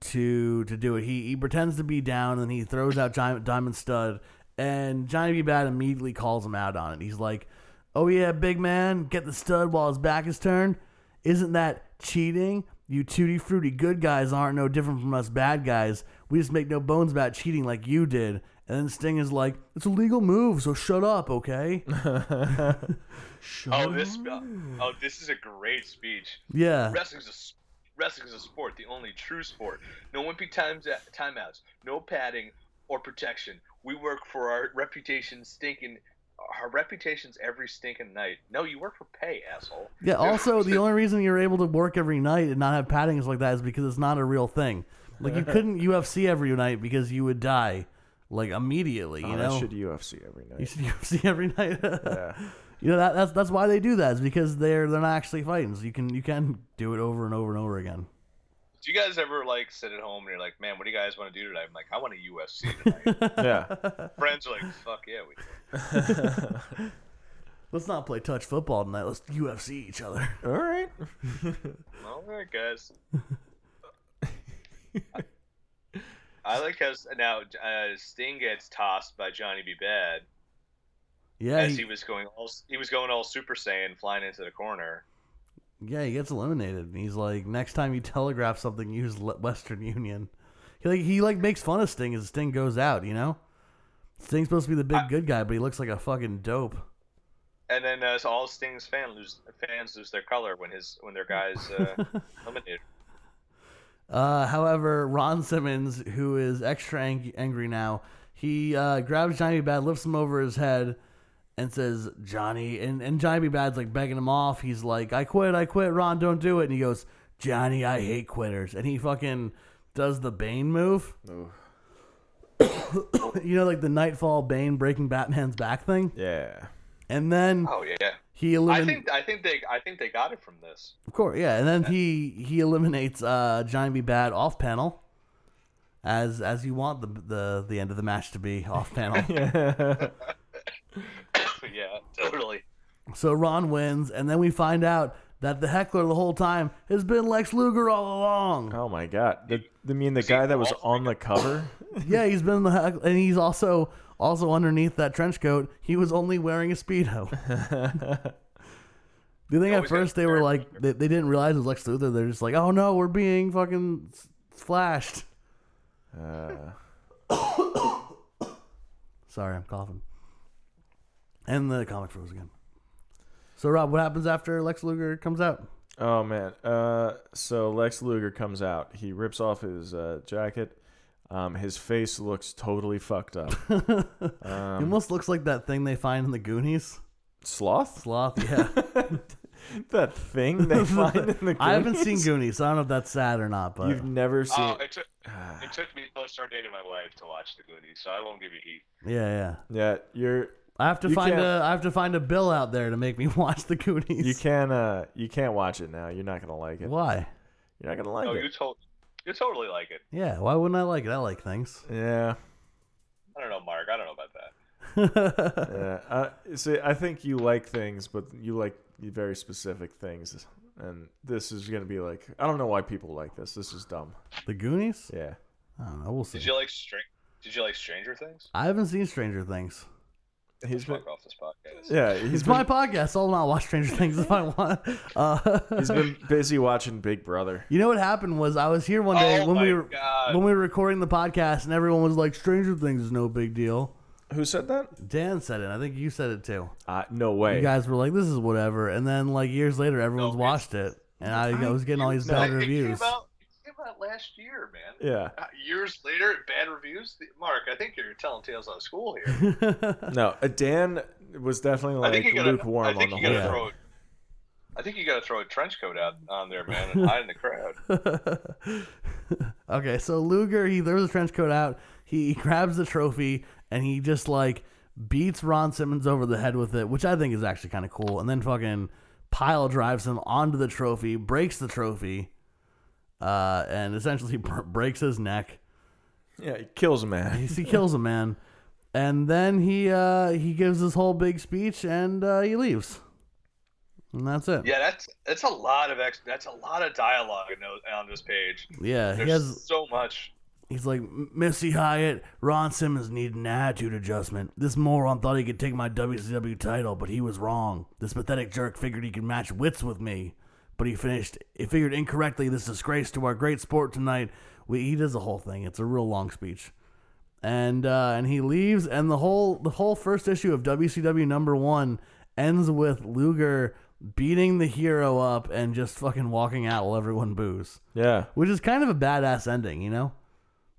S2: to to do it. He he pretends to be down, and he throws out Diamond, Diamond Stud, and Johnny B. Bad immediately calls him out on it. He's like, "Oh yeah, big man, get the stud while his back is turned. Isn't that cheating? You tutti frutti good guys aren't no different from us bad guys. We just make no bones about cheating like you did." And then Sting is like, "It's a legal move, so shut up, okay?"
S4: oh this oh this is a great speech
S2: Yeah,
S4: wrestling's a s- wrestling's a sport the only true sport no wimpy times uh, timeouts no padding or protection we work for our reputation stinking our reputations every stinking night no you work for pay asshole
S2: yeah. Also, the only reason you're able to work every night and not have paddings like that is because it's not a real thing. Like you couldn't UFC every night because you would die like immediately. You
S3: Oh,
S2: know,
S3: I should UFC every night.
S2: you should UFC every night.
S3: yeah.
S2: You know that, that's that's why they do that is because they're they're not actually fighting. So you can you can do it over and over and over again.
S4: Do you guys ever like sit at home and you're like, man, what do you guys want to do tonight? I'm like, I want a UFC tonight.
S3: Yeah.
S4: Friends are like, fuck yeah, we. do."
S2: Let's not play touch football tonight. Let's UFC each other.
S3: All right.
S4: All right, guys. I like how s- now uh, Sting gets tossed by Johnny B. Bad
S2: Yeah,
S4: as
S2: he,
S4: he was going all he was going all Super Saiyan, flying into the corner.
S2: yeah, he gets eliminated. And he's like, next time you telegraph something, use Le- Western Union. He like he like makes fun of Sting as Sting goes out. You know, Sting's supposed to be the big good guy, but he looks like a fucking dope.
S4: And then uh, so all Sting's fan lose, fans lose their color when his when their guys uh, eliminated.
S2: Uh, however, Ron Simmons, who is extra ang- angry now, he uh, grabs Johnny B. Bad, lifts him over his head, and says, "Johnny." And and Johnny B. Bad's like begging him off. He's like, "I quit, I quit, Ron, don't do it." And he goes, "Johnny, I hate quitters." And he fucking does the Bane move. you know, like the Nightfall Bane breaking Batman's back thing.
S3: Yeah.
S2: And then
S4: Oh yeah,
S2: he
S4: I
S2: eliminates.
S4: think I think they I think they got it from this.
S2: Of course, yeah. And then he he eliminates uh, Johnny B. Bad off panel, as as you want the the the end of the match to be off panel.
S4: yeah, totally.
S2: so Ron wins, and then we find out that the heckler the whole time has been Lex Luger all along.
S3: Oh my God. The, the mean the guy that was on the cover.
S2: Yeah, he's been the heck, and he's also also underneath that trench coat. He was only wearing a speedo. Do you think at
S4: Always gotta
S2: first they were
S4: wear-
S2: like they, they didn't realize it was Lex Luthor? They're just like, oh no, we're being fucking s- flashed.
S3: Uh,
S2: Sorry, I'm coughing. And the comic froze again. So, Rob, what happens after Lex Luger comes out?
S3: oh man. Uh, so Lex Luger comes out. He rips off his uh, jacket. Um, his face looks totally fucked up.
S2: He almost looks like that thing they find in the Goonies.
S3: Sloth?
S2: Sloth, yeah.
S3: That thing they find in the Goonies?
S2: I haven't seen Goonies, so I don't know if that's sad or not, but
S3: You've never seen.
S4: Oh, it took
S2: uh,
S4: it took me till I started dating my wife to watch the Goonies, so I won't give you heat.
S2: yeah, yeah.
S3: yeah, you're.
S2: I have to
S3: You
S2: find
S3: can't-
S2: a I have to find a bill out there to make me watch the Goonies.
S3: You can't. Uh, you can't watch it now. You're not gonna like it.
S2: Why?
S3: You're not gonna like
S4: Oh, you
S3: it.
S4: told you totally like it.
S2: Yeah, why wouldn't I like it? I like things.
S3: Yeah.
S4: I don't know, Mark. I don't know about that.
S3: Yeah, I, see, I think you like things, but you like very specific things, and this is gonna be like I don't know why people like this. This is dumb.
S2: The Goonies?
S3: Yeah,
S2: I don't know. We'll see.
S4: Did you like Str- Did you like Stranger Things?
S2: I haven't seen Stranger Things.
S3: he's been
S4: Fuck off this podcast.
S3: yeah he's
S2: It's
S3: been,
S2: my podcast. I'll not watch Stranger Things if I want. Uh,
S3: he's been busy watching Big Brother.
S2: You know what happened was I was here one day
S4: Oh
S2: when we
S4: my
S2: were
S4: God.
S2: when we were recording the podcast and everyone was like Stranger Things is no big deal.
S3: Who said that?
S2: Dan said it. I think you said it too.
S3: Uh, no way.
S2: You guys were like this is whatever and then like years later everyone's
S4: No, it's-
S2: watched it and I, I was getting all these
S4: No,
S2: bad
S4: it
S2: reviews.
S4: Came out, it came out last year, man.
S3: yeah.
S4: Uh, years later, bad reviews. The- Mark, I think you're telling tales out of school here.
S3: No, uh, Dan was definitely
S4: I think
S3: like
S4: you gotta, I
S3: lukewarm on
S4: think
S3: the
S4: you
S3: whole.
S4: gotta
S3: thing.
S4: throw. I think you gotta throw a trench coat out on there, man, and hide in the crowd.
S2: okay, so Luger he throws a trench coat out. He grabs the trophy and he just like beats Ron Simmons over the head with it, which I think is actually kind of cool. And then fucking pile drives him onto the trophy, breaks the trophy, uh, and essentially br- breaks his neck.
S3: Yeah, he kills a man.
S2: He, he kills a man, and then he uh, he gives this whole big speech and uh, he leaves. And that's it.
S4: Yeah, that's that's a lot of ex. That's a lot of dialogue in those, on this page.
S2: Yeah,
S4: There's
S2: he has
S4: so much.
S2: He's like, Missy Hyatt, Ron Simmons needed an attitude adjustment. This moron thought he could take my WCW title, but he was wrong. This pathetic jerk figured he could match wits with me, but he finished, he figured incorrectly this disgrace to our great sport tonight. We, he does the whole thing. It's a real long speech. And, uh, and he leaves, and the whole, the whole first issue of WCW number one ends with Luger beating the hero up and just fucking walking out while everyone boos
S3: Yeah.
S2: which is kind of a badass ending, you know.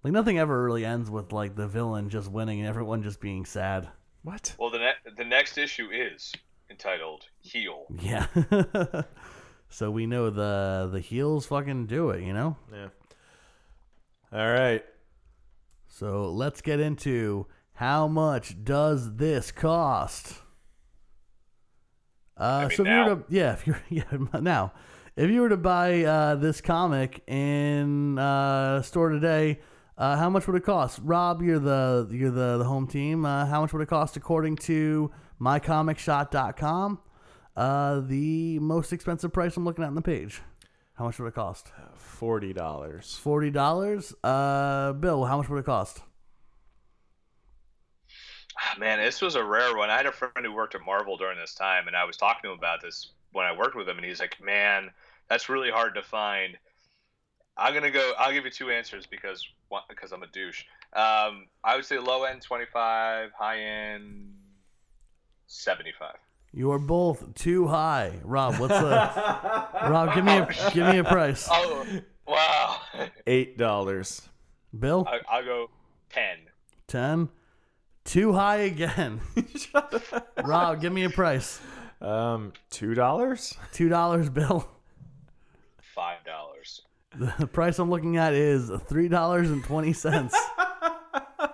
S2: Like nothing ever really ends with like the villain just winning and everyone just being sad.
S3: What?
S4: Well, the ne- the next issue is entitled "Heal."
S2: Yeah. so we know the the heels fucking do it, you know.
S3: Yeah. All right.
S2: So let's get into how much does this cost? Uh,
S4: I mean,
S2: so if you
S4: now?
S2: were to yeah, if you are yeah now, if you were to buy uh, this comic in uh, store today, uh, how much would it cost? Rob, you're the you're the, the home team. Uh, how much would it cost according to mycomicshot.com? Uh, the most expensive price I'm looking at on the page. How much would it cost?
S3: Forty dollars.
S2: Forty dollars. Uh, Bill, how much would it cost?
S4: Ah, Man, this was a rare one. I had a friend who worked at Marvel during this time, and I was talking to him about this when I worked with him, and he's like, "Man, that's really hard to find." I'm gonna go. I'll give you two answers because one, because I'm a douche. Um, I would say low end 25, high end 75.
S2: You are both too high, Rob. What's the Rob? Give me a give me a price,
S4: Oh, wow!
S3: Eight dollars.
S2: Bill.
S4: I, I'll go 10.
S2: Ten. Too high again, Rob. Give me a price.
S3: Um, two dollars.
S2: Two dollars, Bill.
S4: Five dollars.
S2: The price I'm looking at is three dollars and twenty cents.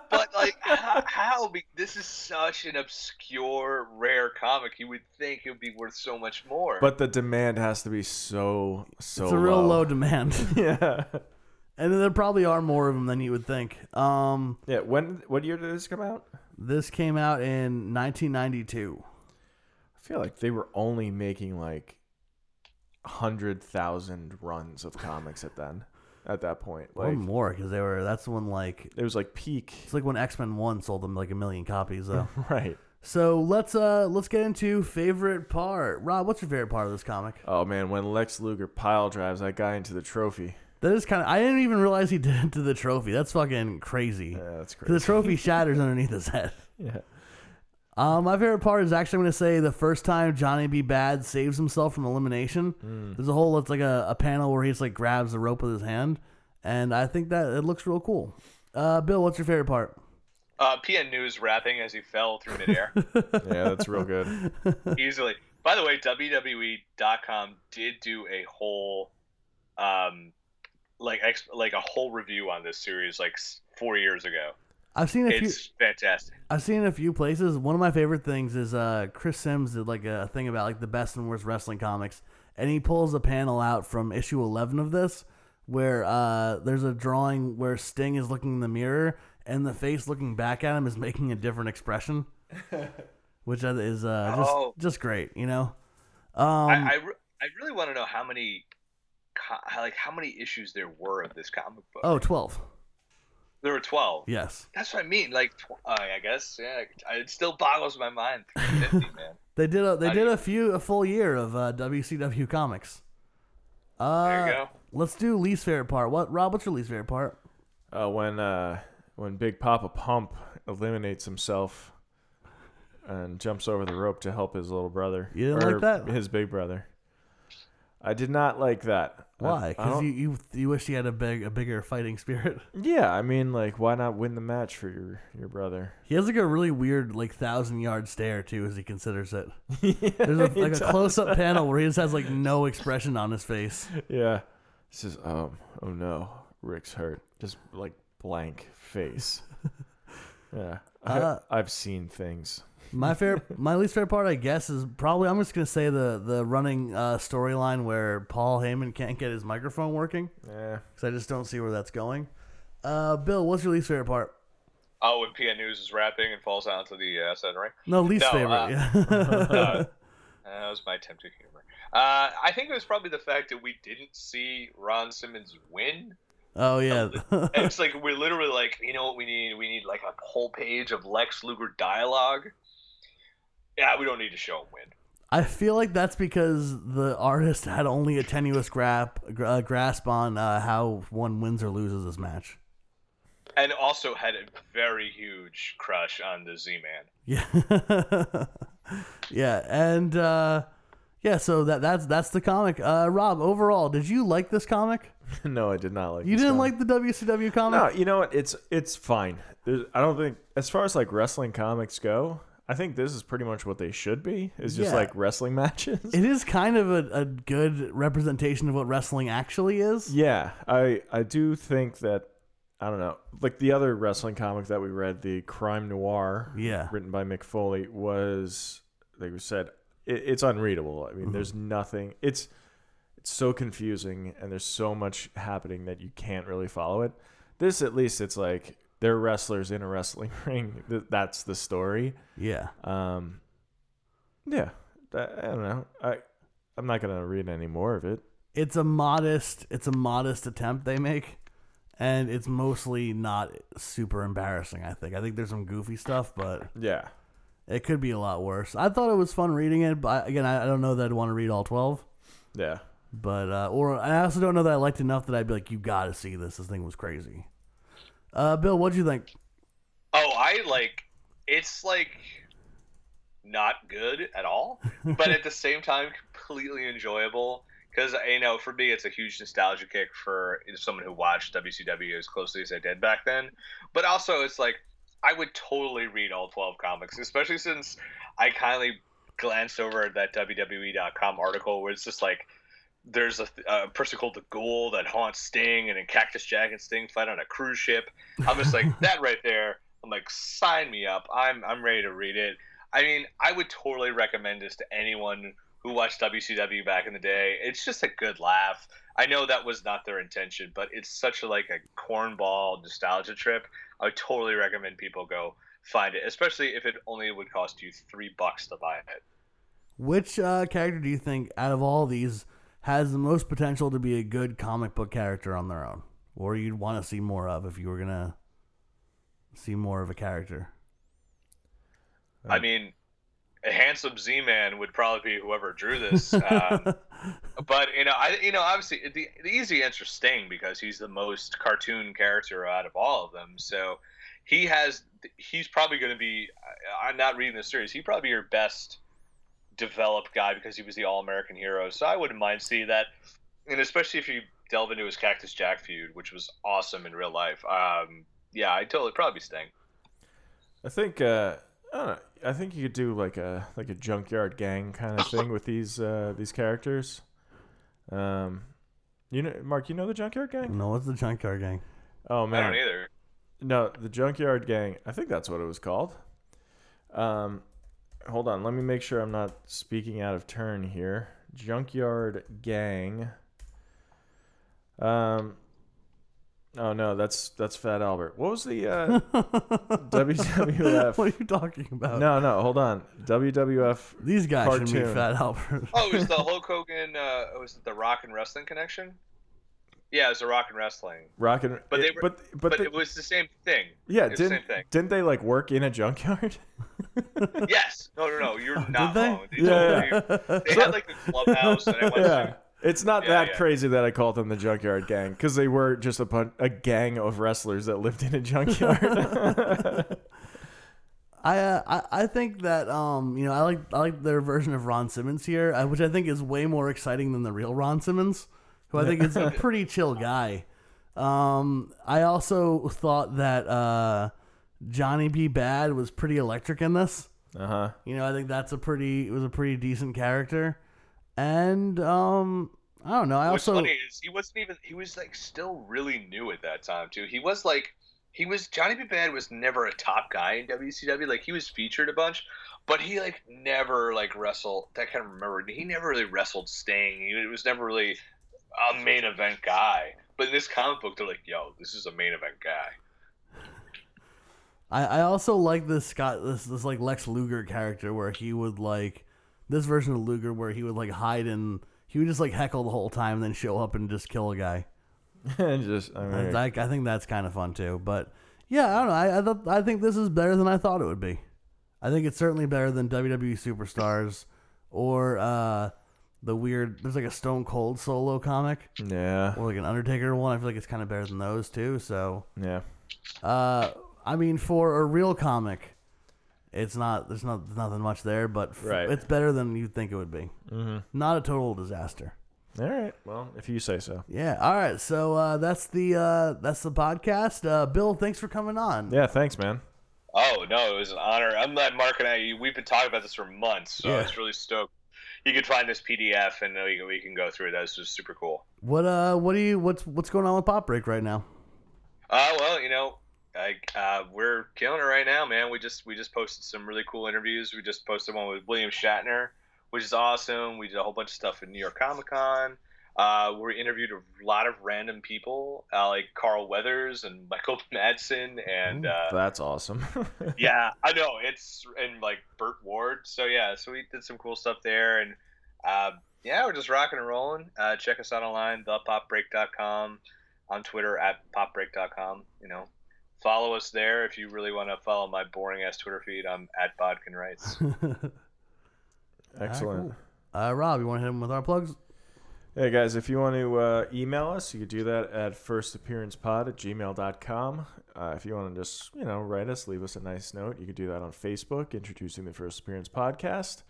S4: But like, how, how? be- This is such an obscure, rare comic. You would think it would be worth so much more.
S3: But the demand has to be so so.
S2: It's a real low demand,
S3: Yeah.
S2: and there probably are more of them than you would think. Um,
S3: Yeah. When? What year did this come out?
S2: this came out in 1992.
S3: I feel like they were only making like hundred thousand runs of comics at then. At that point,
S2: or
S3: like
S2: more because they were that's when like
S3: it was like peak.
S2: it's like when x-men 1 sold them like a million copies though
S3: Right.
S2: so let's uh let's get into favorite part rob what's your favorite part of this comic
S3: Oh man, when Lex Luger pile drives that guy into the trophy.
S2: that is kind of i didn't even realize he did it to the trophy that's fucking crazy
S3: Yeah, that's crazy.
S2: the trophy shatters underneath his head
S3: Yeah.
S2: um, my favorite part is actually I'm gonna say the first time Johnny B. Bad saves himself from elimination.
S3: Hmm.
S2: There's a whole it's like a, a panel where he's like grabs the rope with his hand, and I think that it looks real cool. Uh, Bill, what's your favorite part?
S4: uh, PN News rapping as he fell through midair
S3: Yeah, that's real good.
S4: easily. By the way, WWE.com did do a whole, um, like ex- like a whole review on this series like s- four years ago.
S2: I've seen a few.
S4: It's fantastic.
S2: I've seen it a few places. One of my favorite things is uh, Chris Sims did like a thing about like the best and worst wrestling comics, and he pulls a panel out from issue eleven of this where uh, there's a drawing where Sting is looking in the mirror and the face looking back at him is making a different expression, which I- is uh, just
S4: Oh.
S2: just great, you know. Um,
S4: I, I, re- I really want to know how many, co- how- like how many issues there were of this comic book.
S2: Oh, 12.
S4: there were twelve.
S2: Yes,
S4: That's what I mean. Like, tw- uh, I guess, yeah. I- It still boggles my mind. 350, man.
S2: they did a they
S4: I
S2: did
S4: didn't-
S2: a few a full year of uh, WCW comics. Uh,
S4: There you go.
S2: Let's do least favorite part. What Rob? What's your least favorite part?
S3: Uh, when uh, when Big Papa Pump eliminates himself and jumps over the rope to help his little brother.
S2: You didn't like
S3: or
S2: that?
S3: His big brother. I did not like that. I-
S2: Why?
S3: I
S2: Because
S3: don't-
S2: you, you you wish you had a big a bigger fighting spirit.
S3: Yeah, I mean, like, why not win the match for your your brother?
S2: He has like a really weird like thousand yard stare too, as he considers it. There's a, like a close up panel where he just has like no expression on his face.
S3: Yeah. This is um. Oh no, Rick's hurt. Just like blank face. yeah. I,
S2: Uh,
S3: I've seen things.
S2: My favorite, my least favorite part, I guess, is probably I'm just gonna say the the running uh, storyline where Paul Heyman can't get his microphone working
S3: Yeah.
S2: because I just don't see where that's going. Uh, Bill, what's your least favorite part?
S4: Oh, when PN News is rapping and falls out onto the uh, outside of the ring.
S2: No, least
S4: No,
S2: favorite.
S4: uh,
S2: yeah.
S4: Uh, that was my attempt at humor. Uh, I think it was probably the fact that we didn't see Ron Simmons win.
S2: oh yeah.
S4: And it's like we're literally like, you know what we need? We need like a whole page of Lex Luger dialogue. Yeah, we don't need to show him win.
S2: I feel like that's because the artist had only a tenuous grasp, uh, grasp on uh, how one wins or loses this match.
S4: And also had a very huge crush on the Z Man.
S2: Yeah, yeah, and uh, yeah. So that that's that's the comic. Uh, Rob, overall, did you like this comic?
S3: no, I did not like.
S2: You
S3: this
S2: didn't
S3: comic.
S2: like the WCW comic?
S3: No, you know what? It's it's fine. There's, I don't think as far as like wrestling comics go, I think this is pretty much what they should be. It's just
S2: Yeah.
S3: like wrestling matches.
S2: It is kind of a, a good representation of what wrestling actually is.
S3: yeah, I I do think that I don't know. Like the other wrestling comic that we read, the Crime Noir,
S2: Yeah.
S3: written by Mick Foley, was like we said, it, it's unreadable. I mean, there's nothing. It's it's so confusing, and there's so much happening that you can't really follow it. This, at least, it's like they're wrestlers in a wrestling ring. Th- That's the story.
S2: Yeah.
S3: Um, yeah, that, I don't know. I I'm not gonna read any more of it.
S2: It's a modest it's a modest attempt they make and it's mostly not super embarrassing, I think. I think there's some goofy stuff, but
S3: Yeah,
S2: it could be a lot worse. I thought it was fun reading it, but again, I, I don't know that I'd want to read all 12.
S3: yeah.
S2: But uh, or I also don't know that I liked enough that I'd be like, you gotta see this. This thing was crazy. Uh, Bill, what'd you think?
S4: Oh, I like it's like not good at all, but at the same time, completely enjoyable. Because you know, for me, it's a huge nostalgia kick for someone who watched WCW as closely as I did back then. But also, it's like I would totally read all twelve comics, especially since I kindly glanced over at that WWE.com article where it's just like there's a, a person called the Ghoul that haunts Sting, and then Cactus Jack and Sting fight on a cruise ship. I'm just like that right there. I'm like, sign me up. I'm I'm ready to read it. I mean, I would totally recommend this to anyone who watched WCW back in the day. It's just a good laugh. I know that was not their intention, but it's such a, like a cornball nostalgia trip. I would totally recommend people go find it, especially if it only would cost you three bucks to buy it.
S2: Which uh, character do you think out of all these has the most potential to be a good comic book character on their own, or you'd want to see more of if you were gonna see more of a character?
S4: I mean, a handsome Z-Man would probably be whoever drew this.
S3: Uh,
S4: Um, but you know, I you know, obviously the the easy answer is Sting because he's the most cartoon character out of all of them. So he has he's probably going to be. I- I'm not reading the series. He probably your best developed guy because he was the All American hero. So I wouldn't mind seeing that, and especially if you delve into his Cactus Jack feud, which was awesome in real life. Um, yeah, I totally probably Sting.
S3: I think uh, I don't know. I think you could do like a like a junkyard gang kind of thing with these uh, these characters. Um, you know, Mark, you know the junkyard gang?
S2: No, what's the Junkyard Gang?
S3: Oh
S4: Mm-hmm. I don't
S3: man,
S4: either.
S3: no, the junkyard gang. I think that's what it was called. Um, hold on, let me make sure I'm not speaking out of turn here. Junkyard gang. Um. Oh no, that's that's Fat Albert. What was the uh, WWF?
S2: What are you talking about?
S3: No, no, hold on. WWF.
S2: These guys should meet
S3: Cartoon.
S2: Fat Albert.
S4: Oh, is the Hulk Hogan? Uh, was it the Rock and Wrestling connection? Yeah, it was the Rock and Wrestling.
S3: Rock and
S4: But they
S3: it-
S4: were-
S3: but
S4: But,
S3: but, the-
S4: it was the same thing.
S3: yeah,
S4: It was the
S3: didn't
S4: same thing.
S3: didn't they like work in a junkyard?
S4: Yes. No, no, no. You're not
S2: they?
S4: wrong. They,
S3: Oh, Yeah.
S4: they, they had like the clubhouse, and I went
S3: yeah, it's not
S4: Yeah,
S3: that
S4: yeah.
S3: crazy that I called them the Junkyard Gang because they were just a pun- a gang of wrestlers that lived in a junkyard.
S2: I, uh, I I think that um you know I like I like their version of Ron Simmons here, I- which I think is way more exciting than the real Ron Simmons, who I think is a pretty chill guy. Um, I also thought that uh, Johnny B. Bad was pretty electric in this.
S3: uh huh.
S2: You know, I think that's a pretty it was a pretty decent character, and um I don't know. I
S4: What's
S2: also
S4: funny is he wasn't even. He was like still really new at that time too. He was like, he was Johnny B. Bad was never a top guy in WCW. Like he was featured a bunch, but he like never like wrestled. I kind of remember. He never really wrestled Sting. He was never really a main event guy. But in this comic book, they're like, yo, this is a main event guy.
S2: I, I also like this Scott this this like Lex Luger character where he would like this version of Luger where he would like hide and he would just like heckle the whole time and then show up and just kill a guy.
S3: and just I
S2: I,
S3: mean,
S2: I, I think that's kind of fun too. But yeah, I don't know. I I, thought I think this is better than I thought it would be. I think it's certainly better than WWE Superstars or uh, the weird. There's like a Stone Cold solo comic
S3: yeah,
S2: or like an Undertaker one. I feel like it's kind of better than those too. So
S3: yeah.
S2: uh, I mean, for a real comic, it's not. There's not there's nothing much there, but f-
S3: Right.
S2: it's better than you'd think it would be. Mm-hmm. Not a total disaster.
S3: All right. Well, if you say so.
S2: Yeah. All right. So uh, that's the uh, that's the podcast. Uh, Bill, thanks for coming on.
S3: Yeah. Thanks, man.
S4: Oh no, it was an honor. I'm glad Mark and I we've been talking about this for months, so
S2: Yeah.
S4: I was really stoked. You can find this PDF and uh, we can- we can go through it. That's just super cool.
S2: What uh What do you what's what's going on with Pop Break right now?
S4: Uh, well, you know, I, uh, we're killing it right now, man. We just we just posted some really cool interviews. We just posted one with William Shatner, which is awesome. We did a whole bunch of stuff at New York Comic Con. Uh, we interviewed a lot of random people, uh, like Carl Weathers and Michael Madsen, and uh,
S3: That's awesome.
S4: yeah, I know it's and like Burt Ward. So yeah, so we did some cool stuff there, and uh, yeah, we're just rocking and rolling. Uh, check us out online, thepopbreak.com, on Twitter at popbreak.com. You know, follow us there if you really want to follow my boring ass Twitter feed. I'm at Bodkin Rights.
S3: Excellent.
S2: Uh, Rob, you want to hit him with our plugs?
S3: Hey guys, if you want to uh, email us, you could do that at firstappearancepod at gmail.com. Uh, if you want to just, you know, write us, leave us a nice note, you could do that on Facebook, Introducing the First Appearance Podcast.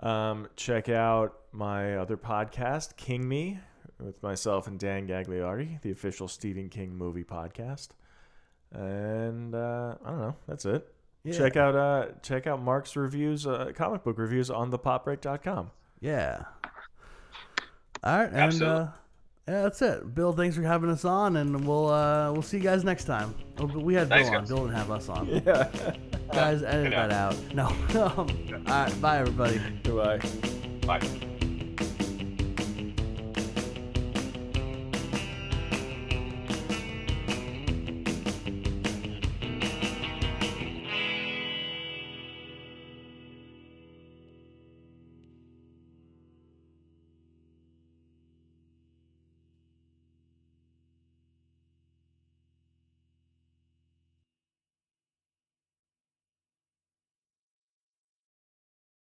S3: Um, check out my other podcast, King Me, with myself and Dan Gagliardi, the official Stephen King movie podcast. And uh, I don't know, that's it. Check out uh, check out Mark's reviews, uh, comic book reviews on thepopbreak.com.
S2: Yeah. All right, and uh,
S4: Absolutely.
S2: yeah, that's it. Bill, thanks for having us on, and we'll uh, we'll see you guys next time. Oh, but We had Bill
S4: Thanks,
S2: on.
S4: guys.
S2: Bill didn't have us on. Yeah. guys, edit that out. No. All right, bye everybody.
S3: Goodbye.
S4: Bye.